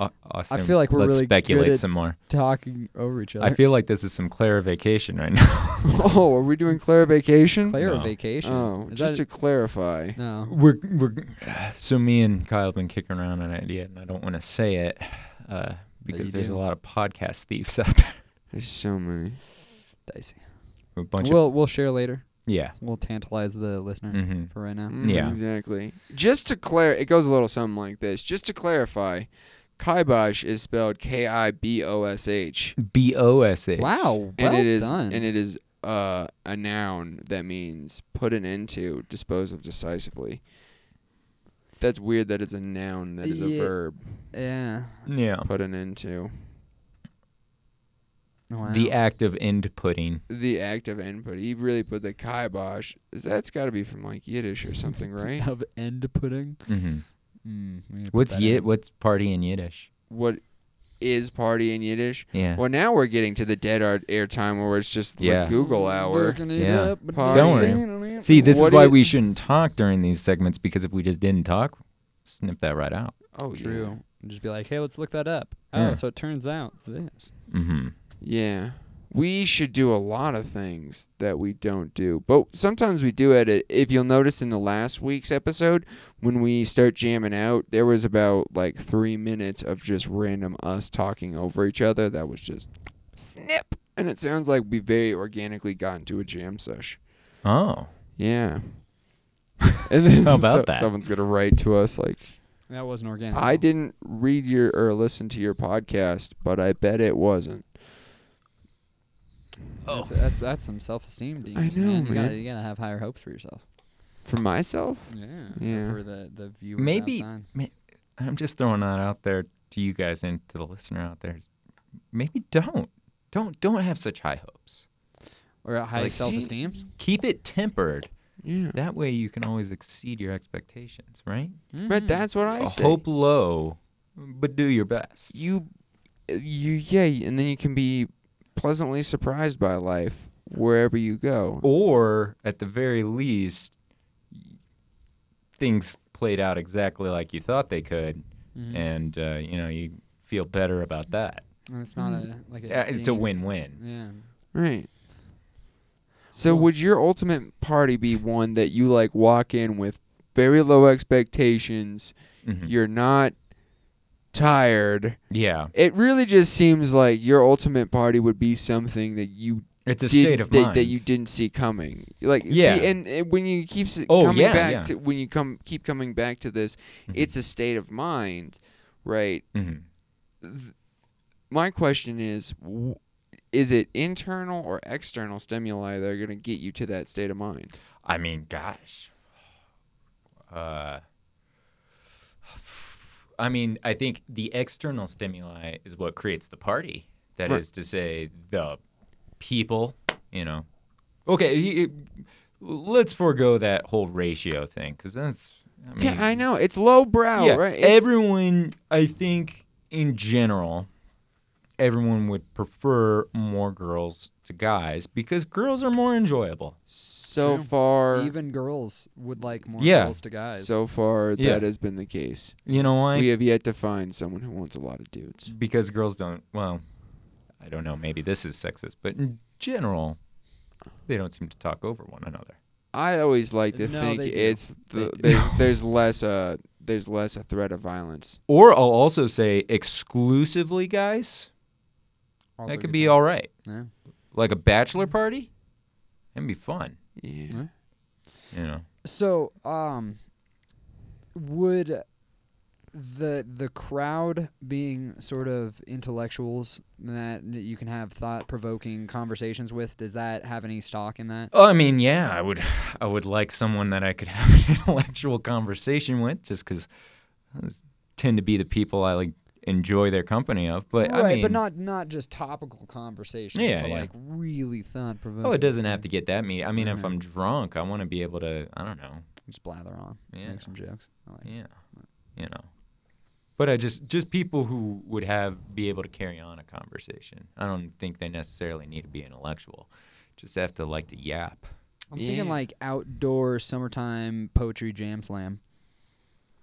Speaker 3: Au- Austin,
Speaker 2: feel like we're
Speaker 3: let's
Speaker 2: really
Speaker 3: speculate
Speaker 2: good at-
Speaker 3: some more.
Speaker 2: Talking over each other.
Speaker 3: I feel like this is some clarification right now.
Speaker 2: <laughs>
Speaker 1: oh, are we doing clarification?
Speaker 2: Claire
Speaker 3: No.
Speaker 2: vacation.
Speaker 1: oh,
Speaker 2: is
Speaker 1: just
Speaker 2: that
Speaker 1: to clarify.
Speaker 2: no?
Speaker 3: we're we're so me and Kyle have been kicking around an idea, and I don't want to say it uh, because there's
Speaker 2: do.
Speaker 3: a lot of podcast thieves <laughs> out there.
Speaker 1: There's so many.
Speaker 2: Dicey.
Speaker 3: A bunch of
Speaker 2: We'll Mm-hmm. we'll share later.
Speaker 3: yeah,
Speaker 2: We'll tantalize the listener
Speaker 3: hmm
Speaker 2: for right now.
Speaker 1: Mm,
Speaker 3: Yeah.
Speaker 1: exactly. Just to clar, it goes a little something like this. Just to clarify, kibosh is spelled K-I-B-O-S-H,
Speaker 3: B O S H.
Speaker 2: Wow, well
Speaker 1: and it is
Speaker 2: done.
Speaker 1: and it is uh, a noun that means put an end to, dispose of decisively. That's weird that it's a noun that is a
Speaker 2: Yeah.
Speaker 1: verb.
Speaker 2: yeah.
Speaker 3: Yeah,
Speaker 1: Put an end to.
Speaker 2: Wow.
Speaker 3: the act of end putting.
Speaker 1: the act of input. He really put the kibosh. That's got to be from like Yiddish or
Speaker 2: <laughs>
Speaker 1: something, right?
Speaker 2: of end pudding.
Speaker 3: hmm
Speaker 2: Mm, we gotta put
Speaker 3: What's
Speaker 2: that
Speaker 3: yid?
Speaker 2: in.
Speaker 3: What's party in Yiddish?
Speaker 1: what is party in Yiddish?
Speaker 3: Yeah.
Speaker 1: Well, now we're getting to the dead art air time where it's just like
Speaker 3: Yeah.
Speaker 1: Google hour.
Speaker 2: Looking it
Speaker 3: Yeah.
Speaker 2: up, but
Speaker 1: Party.
Speaker 3: Don't worry. See, this is
Speaker 1: What
Speaker 3: why
Speaker 1: is-
Speaker 3: we shouldn't talk during these segments because if we just didn't talk, snip that right out.
Speaker 1: Oh,
Speaker 2: True. And just be like, hey, let's look that up.
Speaker 3: Yeah.
Speaker 2: Oh, so it turns out this.
Speaker 1: Yeah.
Speaker 3: hmm
Speaker 1: yeah. We should do a lot of things that we don't do, but sometimes we do edit. If you'll notice in the last week's episode, when we start jamming out, there was about like three minutes of just random us talking over each other. That was just snip. And it sounds like we very organically got into a jam sesh.
Speaker 3: Oh.
Speaker 1: Yeah. <laughs> and then
Speaker 3: How about
Speaker 1: so-
Speaker 3: that?
Speaker 1: someone's gonna write to us like
Speaker 2: That wasn't organic.
Speaker 1: I didn't read your or listen to your podcast, but I bet it wasn't.
Speaker 3: Oh.
Speaker 2: That's, that's that's some self-esteem demons,
Speaker 1: know,
Speaker 2: man. You gotta
Speaker 1: man.
Speaker 2: you gotta have higher hopes for yourself.
Speaker 1: For myself?
Speaker 2: Yeah.
Speaker 1: Yeah.
Speaker 2: For the the viewers
Speaker 3: Maybe-
Speaker 2: outside.
Speaker 3: I'm just throwing that out there to you guys and to the listener out there. Maybe don't. Don't don't have such high hopes.
Speaker 2: or a high
Speaker 3: Like, see-
Speaker 2: self-esteem.
Speaker 3: Keep it tempered.
Speaker 1: Yeah.
Speaker 3: That way you can always exceed your expectations, right?
Speaker 1: But
Speaker 2: Mhm.
Speaker 1: that's what I
Speaker 3: Uh,
Speaker 1: say.
Speaker 3: Hope low, but do your best.
Speaker 1: you you yeah, and then you can be pleasantly surprised by life wherever you go.
Speaker 3: Or at the very least y- things played out exactly like you thought they could
Speaker 1: Mm-hmm.
Speaker 2: Mhm.
Speaker 3: and uh, you know, you feel better about that.
Speaker 2: And it's not a
Speaker 1: Mm.
Speaker 2: like a
Speaker 3: Uh, it's a
Speaker 2: game.
Speaker 3: win-win.
Speaker 2: Yeah.
Speaker 1: Right. So
Speaker 2: Well-
Speaker 1: would your ultimate party be one that you like walk in with very low expectations,
Speaker 3: Mhm.
Speaker 1: you're not tired.
Speaker 3: Yeah.
Speaker 1: It really just seems like your ultimate party would be something that you
Speaker 3: It's a
Speaker 1: did-
Speaker 3: state of
Speaker 1: that,
Speaker 3: mind.
Speaker 1: that you didn't see coming. Like
Speaker 3: Yeah.
Speaker 1: see, and, and when you keep s-
Speaker 3: Oh,
Speaker 1: coming
Speaker 3: yeah,
Speaker 1: back
Speaker 3: yeah.
Speaker 1: to when you come keep coming back to this,
Speaker 3: Mhm.
Speaker 1: it's a state of mind, right?
Speaker 3: Mhm.
Speaker 1: Th- My question is, w- is it internal or external stimuli that are going to get you to that state of mind?
Speaker 3: I mean, gosh. <sighs> Uh, <sighs> I mean, I think the external stimuli is what creates the party. That is
Speaker 1: Right.
Speaker 3: to say, the people, you know. Okay, y- y- let's forego that whole ratio thing because that's. I mean,
Speaker 1: yeah, I know it's low brow,
Speaker 3: yeah,
Speaker 1: right? It's-
Speaker 3: Everyone, I think, in general, everyone would prefer more girls to guys because girls are more enjoyable.
Speaker 1: So
Speaker 2: True.
Speaker 1: far,
Speaker 2: Even girls would like more
Speaker 3: Yeah.
Speaker 2: girls to guys.
Speaker 1: so far
Speaker 3: Yeah.
Speaker 1: that has been the case.
Speaker 3: You know why?
Speaker 1: we have yet to find someone who wants a lot of dudes.
Speaker 3: because girls don't. Well, I don't know. Maybe this is sexist, but in general, they don't seem to talk over one another.
Speaker 1: I always like to
Speaker 2: No,
Speaker 1: think
Speaker 2: they do.
Speaker 1: it's the,
Speaker 2: They do.
Speaker 1: there's,
Speaker 2: <laughs>
Speaker 1: there's less uh there's less a threat of violence.
Speaker 3: Or I'll also say exclusively guys.
Speaker 2: Also
Speaker 3: that could
Speaker 2: good
Speaker 3: be
Speaker 2: time.
Speaker 3: all right.
Speaker 2: Yeah.
Speaker 3: Like a bachelor party, that'd be fun.
Speaker 1: Yeah.
Speaker 2: Huh?
Speaker 3: You know.
Speaker 2: So, um, would the the crowd being sort of intellectuals that you can have thought provoking conversations with, does that have any stock in that?
Speaker 3: Oh, I mean, yeah, I would, <laughs> I would like someone that I could <laughs> have an intellectual conversation with, just because those tend to be the people I like enjoy their company of. But
Speaker 2: right,
Speaker 3: I mean,
Speaker 2: but not not just topical conversations,
Speaker 3: Yeah,
Speaker 2: but
Speaker 3: yeah.
Speaker 2: like really thought provoking.
Speaker 3: Oh, it doesn't have to get that mean. I mean, if
Speaker 2: Right.
Speaker 3: I'm drunk, I want to be able to. I don't know.
Speaker 2: just blather on,
Speaker 3: Yeah.
Speaker 2: make some jokes. I like it.
Speaker 3: Yeah, you know. But I just just people who would have be able to carry on a conversation. I don't think they necessarily need to be intellectual. Just have to like to yap.
Speaker 2: I'm
Speaker 1: Yeah.
Speaker 2: thinking like outdoor summertime poetry jam slam.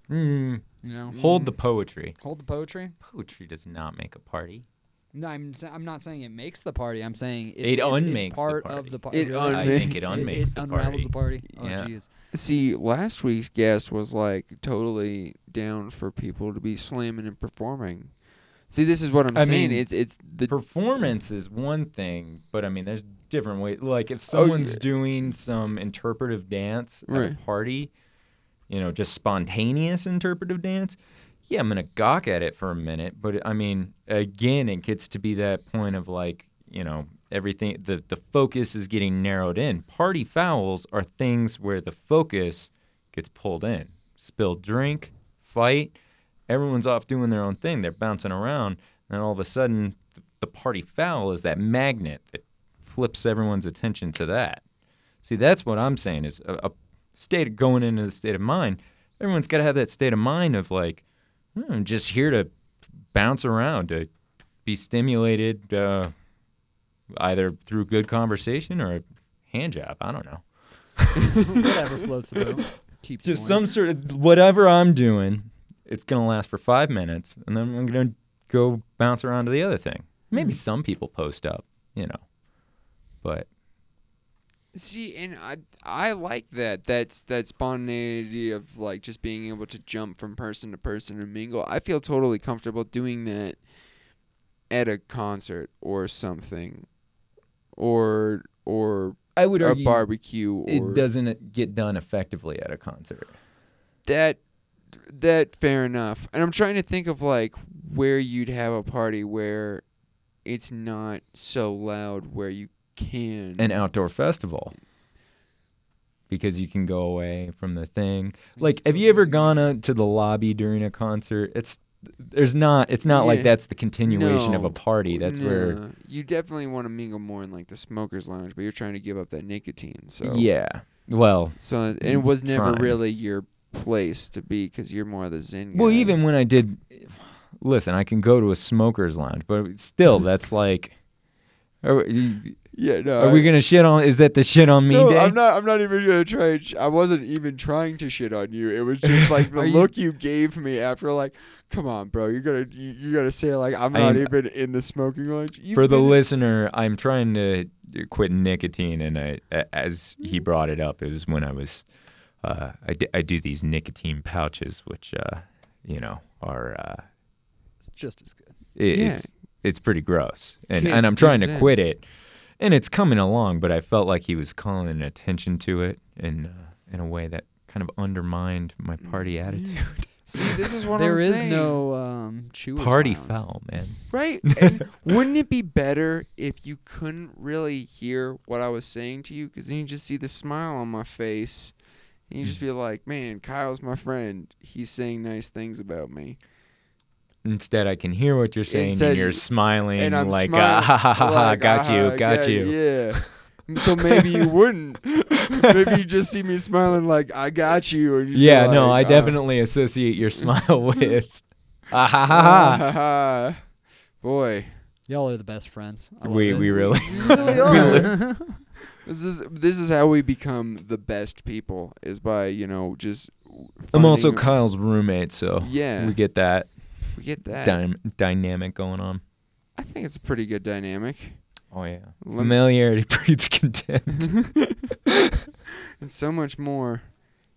Speaker 3: Mm,
Speaker 2: You know,
Speaker 3: hold the poetry.
Speaker 2: hold the poetry.
Speaker 3: Poetry does not make a party.
Speaker 2: No, I'm sa- I'm not saying it makes the party. I'm saying it's,
Speaker 3: It
Speaker 2: it's, it's
Speaker 3: unmakes the
Speaker 2: part
Speaker 3: party.
Speaker 2: of the party.
Speaker 1: It
Speaker 3: I think it unmakes
Speaker 2: it
Speaker 3: the
Speaker 2: unravels
Speaker 3: party.
Speaker 2: the party. Oh
Speaker 3: Yeah.
Speaker 2: jeez.
Speaker 1: See, last week's guest was like totally down for people to be slamming and performing. See, this is what I'm
Speaker 3: I
Speaker 1: saying.
Speaker 3: mean,
Speaker 1: it's it's the
Speaker 3: performance is one thing, but I mean, there's different ways. Like if someone's
Speaker 1: yeah.
Speaker 3: doing some interpretive dance at a
Speaker 1: Right.
Speaker 3: party, you know, just spontaneous interpretive dance, yeah, I'm gonna gawk at it for a minute. But I mean, again, it gets to be that point of like, you know, everything. The the focus is getting narrowed in. Party fouls are things where the focus gets pulled in. Spilled drink, fight. Everyone's off doing their own thing. They're bouncing around, and all of a sudden, th- the party foul is that magnet that flips everyone's attention to that. See, that's what I'm saying is a, a state of going into the state of mind. Everyone's got to have that state of mind of like, "Hmm, I'm just here to bounce around, to be stimulated, uh, either through good conversation or a hand job. I don't know.
Speaker 2: Whatever floats the boat.
Speaker 3: <laughs>
Speaker 2: Keeps going.
Speaker 3: Just some sort of whatever I'm doing, it's gonna last for five minutes, and then I'm gonna go bounce around to the other thing. Maybe some people post up, you know, but
Speaker 1: See, and I I like that. That's that spontaneity of like just being able to jump from person to person and mingle. I feel totally comfortable doing that at a concert or something, or or
Speaker 3: I would
Speaker 1: a
Speaker 3: argue
Speaker 1: barbecue or
Speaker 3: it doesn't get done effectively at a concert.
Speaker 1: that that fair enough. And I'm trying to think of like where you'd have a party where it's not so loud where you can
Speaker 3: An outdoor festival, because you can go away from the thing. Like, have you ever gone uh, out to the lobby during a concert? It's there's not. It's not
Speaker 1: Yeah.
Speaker 3: like that's the continuation of
Speaker 1: No.
Speaker 3: a party. That's where
Speaker 1: Nah, you definitely want to mingle more in like the smokers lounge, but you're trying to give up that nicotine. So
Speaker 3: yeah. Well,
Speaker 1: so and it was never
Speaker 3: Trying.
Speaker 1: really your place to be because you're more of the zen.
Speaker 3: Well,
Speaker 1: guy.
Speaker 3: even when I did, listen, I can go to a smoker's lounge,
Speaker 1: <laughs>
Speaker 3: but still, that's like, are, we-
Speaker 1: yeah, no.
Speaker 3: are we gonna shit on? Is that the shit on me
Speaker 1: Uh, No,
Speaker 3: day?
Speaker 1: I'm not. I'm not even gonna try. And sh- I wasn't even trying to shit on you. It was just like
Speaker 3: <laughs>
Speaker 1: the
Speaker 2: Are you-
Speaker 1: look you gave me after, like, "Come on, bro, you're gonna you, you gotta say like I'm not
Speaker 3: I'm-
Speaker 1: even in the smoking lounge." You've
Speaker 3: For the
Speaker 1: been-
Speaker 3: listener, I'm trying to quit nicotine, and I, a- as he
Speaker 1: Mm-hmm.
Speaker 3: brought it up, it was when I was, uh, I, d- I do these nicotine pouches, which, uh, you know, are uh,
Speaker 2: It's just as good.
Speaker 3: it,
Speaker 1: Yeah.
Speaker 3: it's it's pretty gross, and
Speaker 1: Kids
Speaker 3: and I'm
Speaker 1: do
Speaker 3: trying to
Speaker 1: Zen.
Speaker 3: quit it, and it's coming along, but I felt like he was calling attention to it in uh, in a way that kind of undermined my
Speaker 1: Mm-hmm. <laughs>
Speaker 3: party attitude.
Speaker 1: see, this is what
Speaker 2: There
Speaker 1: I'm
Speaker 2: is
Speaker 1: saying.
Speaker 2: no um, chewers
Speaker 3: Party
Speaker 2: lounge.
Speaker 3: foul, man. <laughs>
Speaker 1: Right? And wouldn't it be better if you couldn't really hear what I was saying to you? Because then you just see the smile on my face. And you
Speaker 3: Hmm.
Speaker 1: just be like, man, Kyle's my friend. He's saying nice things about me.
Speaker 3: Instead, I can hear what you're saying,
Speaker 1: Instead-
Speaker 3: and you're smiling
Speaker 1: and I'm
Speaker 3: like,
Speaker 1: smiling,
Speaker 3: ah, ha, ha, ha, ha,
Speaker 1: like,
Speaker 3: got
Speaker 1: "Ah,
Speaker 3: you,
Speaker 1: yeah,
Speaker 3: got you.
Speaker 1: Yeah. So maybe you wouldn't. maybe you just see me smiling like, I got you. And you
Speaker 3: Yeah, no, I definitely <laughs> Ah, associate your smile with, ah, ha, ha, ha.
Speaker 1: ha. Boy,
Speaker 2: Y'all are the best friends. I love
Speaker 5: We-
Speaker 2: it.
Speaker 5: we
Speaker 1: <laughs>
Speaker 5: really-
Speaker 1: We really <laughs> are. this is this is how we become the best people is by you know just.
Speaker 3: I'm also
Speaker 1: finding-
Speaker 3: Kyle's roommate, so
Speaker 1: yeah. Uh,
Speaker 3: we get that
Speaker 1: we get that.
Speaker 3: dym- dynamic going on.
Speaker 1: I think it's a pretty good dynamic.
Speaker 3: Oh yeah,
Speaker 1: Let me-
Speaker 3: familiarity <laughs> breeds contempt.
Speaker 1: and so much more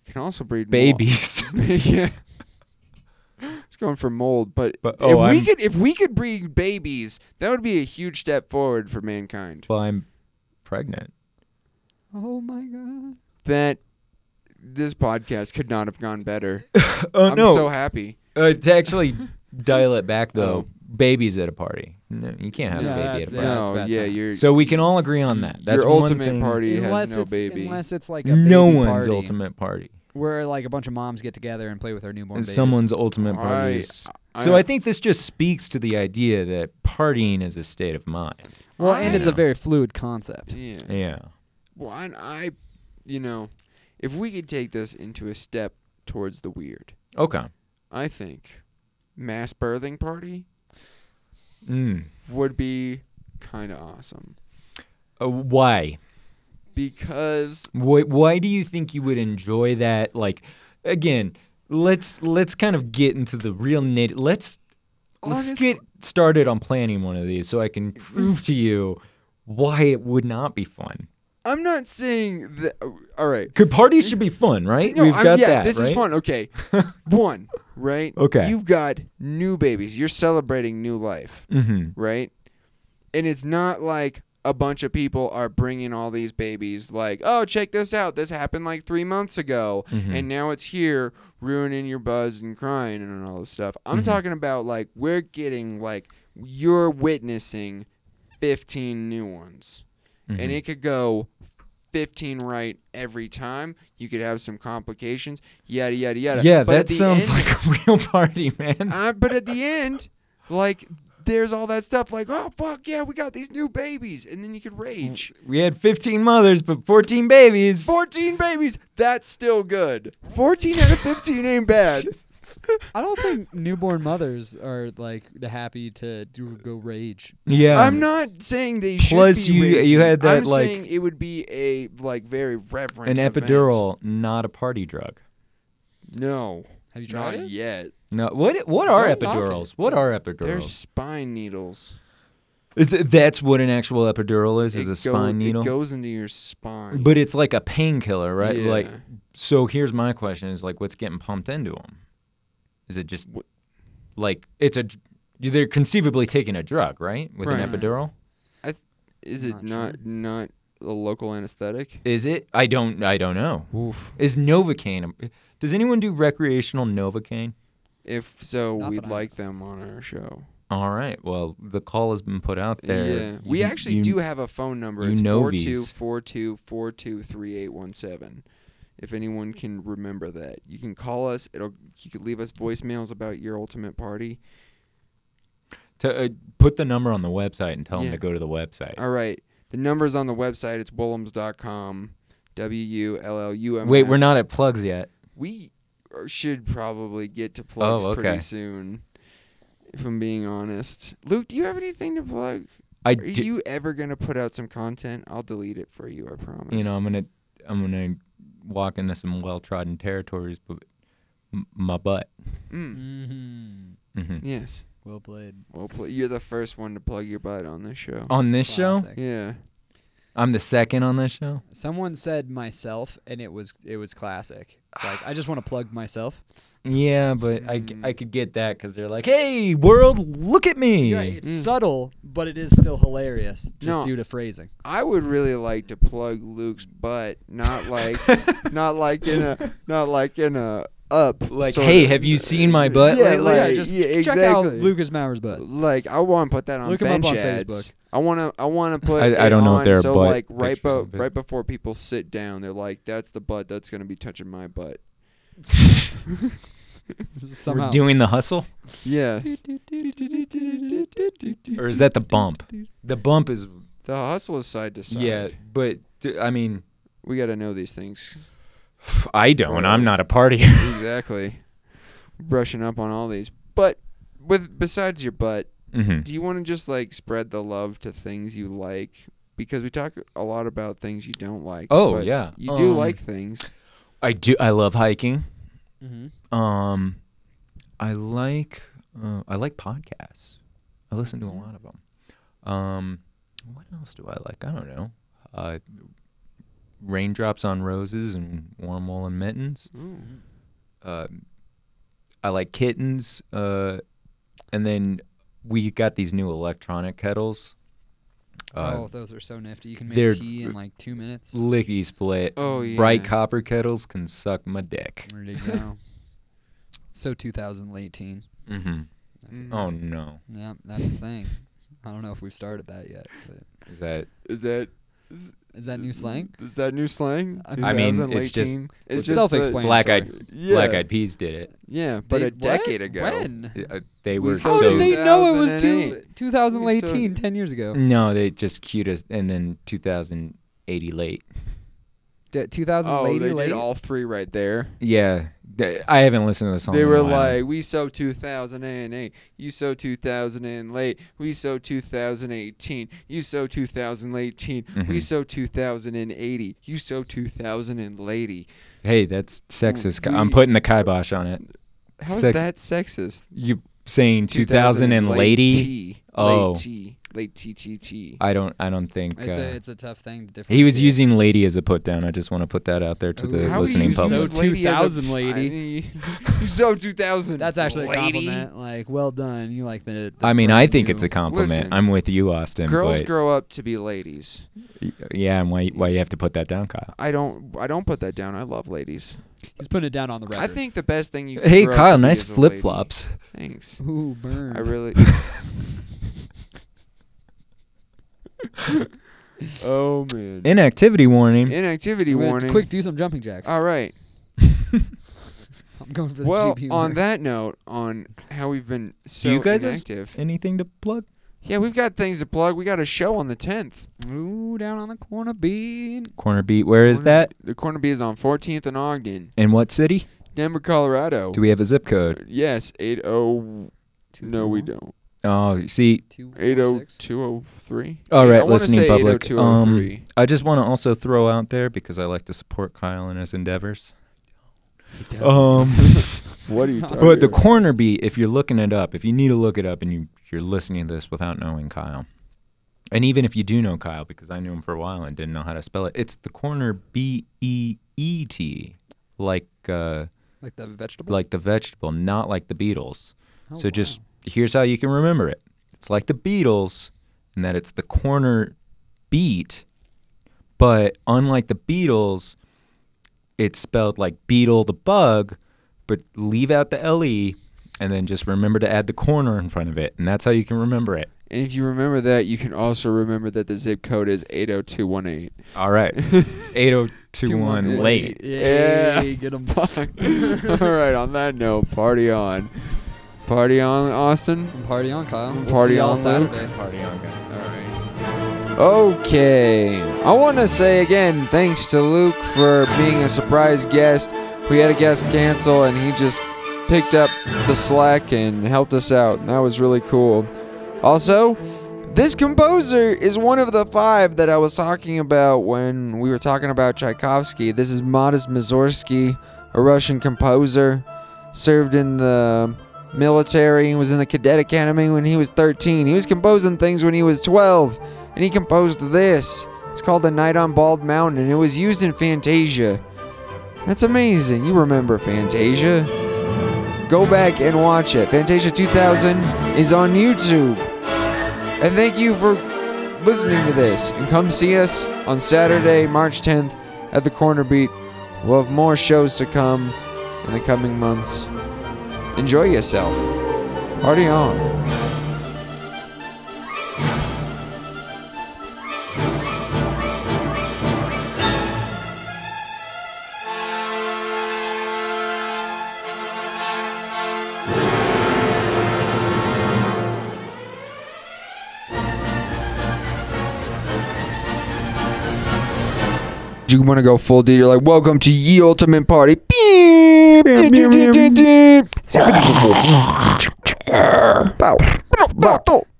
Speaker 1: can also breed
Speaker 3: Babies.
Speaker 1: Mold. <laughs> yeah. It's going for mold, but,
Speaker 3: <laughs> But-
Speaker 1: if
Speaker 3: oh,
Speaker 1: we
Speaker 3: I'm-
Speaker 1: could if we could breed babies, that would be a huge step forward for mankind.
Speaker 3: well, I'm pregnant.
Speaker 2: Oh my god.
Speaker 1: That this podcast could not have gone better.
Speaker 3: Oh
Speaker 1: I'm
Speaker 3: no!
Speaker 1: so happy.
Speaker 3: uh, to
Speaker 1: <laughs>
Speaker 3: actually dial it back though,
Speaker 1: Oh.
Speaker 3: babies at a party. No, you can't have
Speaker 2: Yeah,
Speaker 3: a baby at
Speaker 2: that's-
Speaker 3: a
Speaker 2: yeah,
Speaker 3: party.
Speaker 1: no,
Speaker 2: bad
Speaker 1: yeah,
Speaker 2: time.
Speaker 1: you're
Speaker 3: So we can all agree on that. That's
Speaker 1: your
Speaker 3: one
Speaker 1: ultimate
Speaker 3: thing.
Speaker 1: party
Speaker 2: unless
Speaker 1: has no
Speaker 2: it's
Speaker 1: baby.
Speaker 2: unless it's like a
Speaker 3: no
Speaker 2: baby
Speaker 3: one's
Speaker 2: party
Speaker 3: ultimate party.
Speaker 2: where like a bunch of moms get together and play with their newborn
Speaker 3: And
Speaker 2: babies.
Speaker 3: someone's ultimate party.
Speaker 1: I-
Speaker 3: is- so
Speaker 1: I-
Speaker 3: I think this just speaks to the idea that partying is a state of mind.
Speaker 2: Well, and it's a
Speaker 3: I-
Speaker 2: very fluid
Speaker 1: <laughs>
Speaker 2: concept.
Speaker 1: yeah.
Speaker 3: Yeah.
Speaker 1: Well, and I, you know, if we could take this into a step towards the weird,
Speaker 3: Okay.
Speaker 1: I think mass birthing party
Speaker 3: Mm.
Speaker 1: would be kind of awesome
Speaker 3: Uh, why?
Speaker 1: because
Speaker 3: Why? Why do you think you would enjoy that? Like, again, let's let's kind of get into the real nit. Let's let's
Speaker 1: Honest-
Speaker 3: get started on planning one of these so I can prove to you why it would not be fun.
Speaker 1: I'm not saying that. All right.
Speaker 3: Could parties should be fun, right?
Speaker 1: No,
Speaker 3: We've
Speaker 1: I'm-
Speaker 3: got
Speaker 1: yeah,
Speaker 3: that.
Speaker 1: this
Speaker 3: right?
Speaker 1: is fun.
Speaker 3: <laughs>
Speaker 1: Okay, one, right?
Speaker 3: Okay.
Speaker 1: you've got new babies. You're celebrating new life,
Speaker 3: Mm-hmm.
Speaker 1: right? And it's not like a bunch of people are bringing all these babies. Like, oh, check this out. This happened like three months ago.
Speaker 3: Mhm.
Speaker 1: and now it's here ruining your buzz and crying and all this stuff. I'm
Speaker 3: Mhm.
Speaker 1: talking about like we're getting like you're witnessing 15 new ones, and
Speaker 3: Mhm.
Speaker 1: it could go 15 right every time. You could have some complications, yada yada yada.
Speaker 3: yeah,
Speaker 1: But at
Speaker 3: that
Speaker 1: the
Speaker 3: sounds
Speaker 1: end-
Speaker 3: like a <laughs> real party, man.
Speaker 1: uh, but at the end, like. There's all that stuff like, oh fuck yeah, we got these new babies, and then you could rage.
Speaker 3: We had 15 mothers, but 14 babies.
Speaker 1: Fourteen babies, that's still good. Fourteen out of fifteen ain't bad.
Speaker 2: I don't think newborn mothers are like the happy to do go rage.
Speaker 3: <laughs> Yeah.
Speaker 1: I'm not saying they should
Speaker 3: Plus
Speaker 1: be
Speaker 3: you- you
Speaker 1: raging.
Speaker 3: had that,
Speaker 1: I'm
Speaker 3: like-
Speaker 1: saying it would be a like very reverent
Speaker 3: An
Speaker 1: event.
Speaker 3: epidural, not a party drug.
Speaker 1: No,
Speaker 2: Have you
Speaker 1: not
Speaker 2: tried it?
Speaker 1: yet.
Speaker 3: No, what what are
Speaker 2: Don't knock it.
Speaker 3: epidurals? What are
Speaker 1: They're
Speaker 3: epidurals?
Speaker 1: spine needles.
Speaker 3: Is th- that's what an actual epidural is,
Speaker 1: It
Speaker 3: is
Speaker 1: go-
Speaker 3: a spine needle.
Speaker 1: It goes into your spine.
Speaker 3: but it's like a painkiller, right?
Speaker 1: Yeah.
Speaker 3: Like so here's my question is like what's getting pumped into them? Is it just
Speaker 1: Wh-
Speaker 3: like it's a dr- they're conceivably taking a drug, right? With
Speaker 1: Right.
Speaker 3: an epidural?
Speaker 1: is it
Speaker 2: Not
Speaker 1: not not a local anesthetic?
Speaker 3: Is it? I don't I don't know.
Speaker 1: Oof.
Speaker 3: Is Novocaine? a- Does anyone do recreational Novocaine?
Speaker 1: If so,
Speaker 2: Not
Speaker 1: we'd
Speaker 2: that I
Speaker 1: like them on our show.
Speaker 3: All right. Well, the call has been put out there.
Speaker 1: yeah, we
Speaker 3: You-
Speaker 1: actually
Speaker 3: you-
Speaker 1: do have a phone number.
Speaker 3: you
Speaker 1: It's
Speaker 3: know
Speaker 1: four two
Speaker 3: these.
Speaker 1: four two four two three eight one seven. If anyone can remember that, you can call us. It'll you could leave us voicemails about your ultimate party.
Speaker 3: to, uh, put the number on the website and tell
Speaker 1: Yeah.
Speaker 3: them to go to the website.
Speaker 1: All right, the number's on the website. It's woollums.com. W u l l u m.
Speaker 3: Wait, we're not at plugs yet.
Speaker 1: We are- should probably get to plugs
Speaker 3: Oh, okay.
Speaker 1: pretty soon. If I'm being honest, Luke, do you have anything to plug?
Speaker 3: I
Speaker 1: Are
Speaker 3: di-
Speaker 1: you ever gonna put out some content? I'll delete it for you. I promise.
Speaker 3: you know, I'm gonna, I'm gonna walk into some well-trodden territories, but m- my butt.
Speaker 1: Mm.
Speaker 2: Mm-hmm.
Speaker 3: hmm
Speaker 1: Yes.
Speaker 2: Well played.
Speaker 1: Well, pl- you're the first one to plug your butt on this show.
Speaker 3: On this show,
Speaker 2: Classic.
Speaker 1: Yeah.
Speaker 3: I'm the second on this show.
Speaker 2: Someone said myself, and it was it was classic. It's like I just want to plug myself.
Speaker 3: Yeah, but I, g-
Speaker 1: Mm.
Speaker 3: I could get that because they're like, hey, world, look at me.
Speaker 2: You're right, it's
Speaker 1: Mm.
Speaker 2: subtle, but it is still hilarious, just
Speaker 1: No.
Speaker 2: due to phrasing.
Speaker 1: I would really like to plug Luke's butt, not
Speaker 3: <laughs>
Speaker 1: like not like in a not like in a up
Speaker 3: Like,
Speaker 1: sort
Speaker 3: hey,
Speaker 1: of- <laughs>
Speaker 3: have you seen my butt
Speaker 1: Yeah,
Speaker 3: lately?
Speaker 1: like-
Speaker 2: yeah, just
Speaker 1: yeah,
Speaker 2: check out
Speaker 1: exactly.
Speaker 2: Lucas Maurer's butt.
Speaker 1: like I want to put that on
Speaker 2: Look him up
Speaker 1: bench
Speaker 2: on
Speaker 1: ads.
Speaker 2: Facebook.
Speaker 1: I want to I want to put
Speaker 3: I- I
Speaker 1: it
Speaker 3: don't know if
Speaker 1: on
Speaker 3: there are
Speaker 1: so
Speaker 3: butt
Speaker 1: like right
Speaker 3: pictures
Speaker 1: bo-
Speaker 3: on Facebook.
Speaker 1: right before people sit down they're like that's the butt that's going to be touching my butt.
Speaker 3: We're
Speaker 1: <laughs>
Speaker 2: Somehow.
Speaker 3: doing the hustle,
Speaker 1: Yeah.
Speaker 3: or is that the bump? The bump is
Speaker 1: The hustle is side to side.
Speaker 3: yeah, but d- I mean,
Speaker 1: We got to know these things. <laughs>
Speaker 3: I
Speaker 1: For-
Speaker 3: don't. I'm not a partier. <laughs>
Speaker 1: exactly. Brushing up on all these. But with besides your butt,
Speaker 3: Mm-hmm.
Speaker 1: do you want to just like spread the love to things you like because we talk a lot about things you don't like
Speaker 3: Oh,
Speaker 1: but
Speaker 3: yeah.
Speaker 1: you do
Speaker 3: Um,
Speaker 1: like things
Speaker 3: I do. I love hiking.
Speaker 2: Mm-hmm.
Speaker 3: Um, I like uh, I like podcasts. I listen to a lot of them. Um, what else do I like? I don't know. Uh, raindrops on roses and warm woolen mittens. Uh, I like kittens. Uh, and then we got these new electronic kettles. Uh,
Speaker 2: oh, those are so nifty. You can make
Speaker 3: they're-
Speaker 2: tea in like two minutes.
Speaker 3: Licky split.
Speaker 1: Oh, yeah.
Speaker 3: Bright copper kettles can suck my dick.
Speaker 2: There you go. so 2018.
Speaker 3: Mm-hmm.
Speaker 1: Mm.
Speaker 3: Oh no,
Speaker 2: Yeah, that's the thing. I don't know if we've started that yet. But
Speaker 3: is that
Speaker 1: is that is,
Speaker 2: is that new slang?
Speaker 1: is that new slang
Speaker 2: I
Speaker 3: mean, it's just-
Speaker 1: 2018?
Speaker 2: It's
Speaker 1: just the-
Speaker 2: self-explanatory.
Speaker 3: black eyed
Speaker 1: yeah,
Speaker 3: Black Eyed Peas did it.
Speaker 1: yeah but
Speaker 2: They-
Speaker 1: a decade
Speaker 2: what?
Speaker 1: ago
Speaker 2: When?
Speaker 3: Uh, they
Speaker 1: We
Speaker 3: were
Speaker 1: saw
Speaker 2: How
Speaker 1: So-
Speaker 2: did
Speaker 3: so
Speaker 2: they know it was two,
Speaker 1: 2008.
Speaker 2: 2018, 10 years ago?
Speaker 1: Mm.
Speaker 3: no, they just queued us, and then 2080 late.
Speaker 2: D- 2000
Speaker 1: oh
Speaker 2: lady
Speaker 1: they
Speaker 2: late?
Speaker 1: did all three right there
Speaker 3: Yeah, th- I haven't listened to the song.
Speaker 1: they
Speaker 3: in a
Speaker 1: were
Speaker 3: while.
Speaker 1: like we so 2008 you so 2000 and late we so 2018 you so 2018 we
Speaker 3: Mhm.
Speaker 1: so 2080 you so 2000 and lady
Speaker 3: "Hey, that's sexist." I'm
Speaker 1: we-
Speaker 3: putting the kibosh on it.
Speaker 1: How is
Speaker 3: Sex-
Speaker 1: that sexist
Speaker 3: You saying 2000 and lady?
Speaker 1: Late
Speaker 3: Oh.
Speaker 1: T. Late T T T.
Speaker 3: I don't. I don't think
Speaker 2: It's, a,
Speaker 3: uh,
Speaker 2: it's a tough thing to
Speaker 3: he was
Speaker 2: differentiate.
Speaker 3: using "lady" as a put down. I just want to put that out there to
Speaker 2: Ooh.
Speaker 3: the
Speaker 2: How are
Speaker 3: listening
Speaker 2: you so
Speaker 3: public.
Speaker 2: t- 2000 <laughs> lady.
Speaker 1: I- You so 2000.
Speaker 2: That's actually a
Speaker 1: lady.
Speaker 2: compliment. Like, well done. You like the. the
Speaker 3: I mean, I
Speaker 2: brand
Speaker 3: think it's
Speaker 2: new-
Speaker 3: a compliment.
Speaker 1: Listen,
Speaker 3: I'm with you, Austin.
Speaker 1: Girls
Speaker 3: but
Speaker 1: grow up to be ladies.
Speaker 3: yeah, and why why you have to put that down, Kyle?
Speaker 1: I don't. I don't put that down. I love ladies.
Speaker 2: He's putting it down on the record.
Speaker 1: I think the best thing you. can
Speaker 3: Hey,
Speaker 1: grow up to
Speaker 3: Kyle,
Speaker 1: be
Speaker 3: nice
Speaker 1: is a
Speaker 3: flip
Speaker 1: lady.
Speaker 3: flops.
Speaker 1: Thanks.
Speaker 2: <laughs> Ooh, burn.
Speaker 1: I
Speaker 2: <laughs>
Speaker 1: really. oh man.
Speaker 3: Inactivity warning.
Speaker 1: Inactivity
Speaker 2: I'm gonna
Speaker 1: warning.
Speaker 2: Quick, do some jumping jacks.
Speaker 1: All right.
Speaker 2: I'm going for the
Speaker 1: Well,
Speaker 2: GP.
Speaker 1: on
Speaker 2: winner.
Speaker 1: that note, on how we've been so
Speaker 3: you guys have s-
Speaker 1: inactive.
Speaker 3: Anything to plug?
Speaker 1: Yeah, we've got things to plug. We got a show on the 10th.
Speaker 2: Ooh, down on the corner bean.
Speaker 3: Corner beat. Where is that?
Speaker 1: The Corner Bee is on 14th and Ogden,
Speaker 3: In what city?
Speaker 1: Denver, Colorado. Uh,
Speaker 3: Do we have a zip code?
Speaker 1: Yes, 80.
Speaker 2: Two
Speaker 1: No, we
Speaker 2: four,
Speaker 1: don't.
Speaker 3: Oh, see.
Speaker 2: Two, four, six.
Speaker 1: 80203.
Speaker 3: All right,
Speaker 1: I wanna
Speaker 3: listening
Speaker 1: say
Speaker 3: public.
Speaker 1: 80203.
Speaker 3: Um, I just want to also throw out there because I like to support Kyle in his endeavors.
Speaker 2: <laughs>
Speaker 3: Um,
Speaker 1: what are you
Speaker 2: But
Speaker 1: talking
Speaker 3: <laughs> but the
Speaker 1: about?
Speaker 3: corner beat, if you're looking it up, if you need to look it up and you, you're listening to this without knowing Kyle, and even if you do know Kyle, because I knew him for a while and didn't know how to spell it, it's the corner B E E T, like uh,
Speaker 2: Like the vegetable.
Speaker 3: like the vegetable, not like the Beatles.
Speaker 2: Oh,
Speaker 3: so just
Speaker 2: wow.
Speaker 3: here's how you can remember it. It's like the Beatles in that it's the corner beat, but unlike the Beatles, it's spelled like Beetle the bug, but leave out the le, and then just remember to add the corner in front of it, and that's how you can remember it.
Speaker 1: And if you remember that, you can also remember that the zip code is 80218.
Speaker 2: <laughs>
Speaker 1: <laughs>
Speaker 3: All right, eight oh two one late.
Speaker 1: Yeah.
Speaker 2: Yay, get 'em.
Speaker 1: Fuck. All right, on that note, party on. Party on, Austin.
Speaker 2: Party
Speaker 1: <laughs>
Speaker 2: on, Kyle. We'll
Speaker 1: Party
Speaker 2: see y'all
Speaker 1: on, Luke.
Speaker 2: Saturday.
Speaker 3: Party on, guys.
Speaker 1: Okay. I want to say again thanks to Luke for being a surprise guest. We had a guest cancel and he just picked up the slack and helped us out. and That was really cool. Also, this composer is one of the five that I was talking about when we were talking about Tchaikovsky. This is Modest Mussorgsky, a Russian composer, served in the military and was in the cadet academy when he was 13. He was composing things when he was 12 and he composed this. It's called The Night on Bald Mountain, and it was used in Fantasia. That's amazing. You remember Fantasia? Go back and watch it. Fantasia 2000 is on YouTube. And thank you for listening to this. And come see us on Saturday, March 10th at the Corner Beat. We'll have more shows to come in the coming months. Enjoy yourself. Party on. you want to go full D. You're like, welcome to Ye <laughs> Ultimate Party. Beep. Bow. Bow. Bow.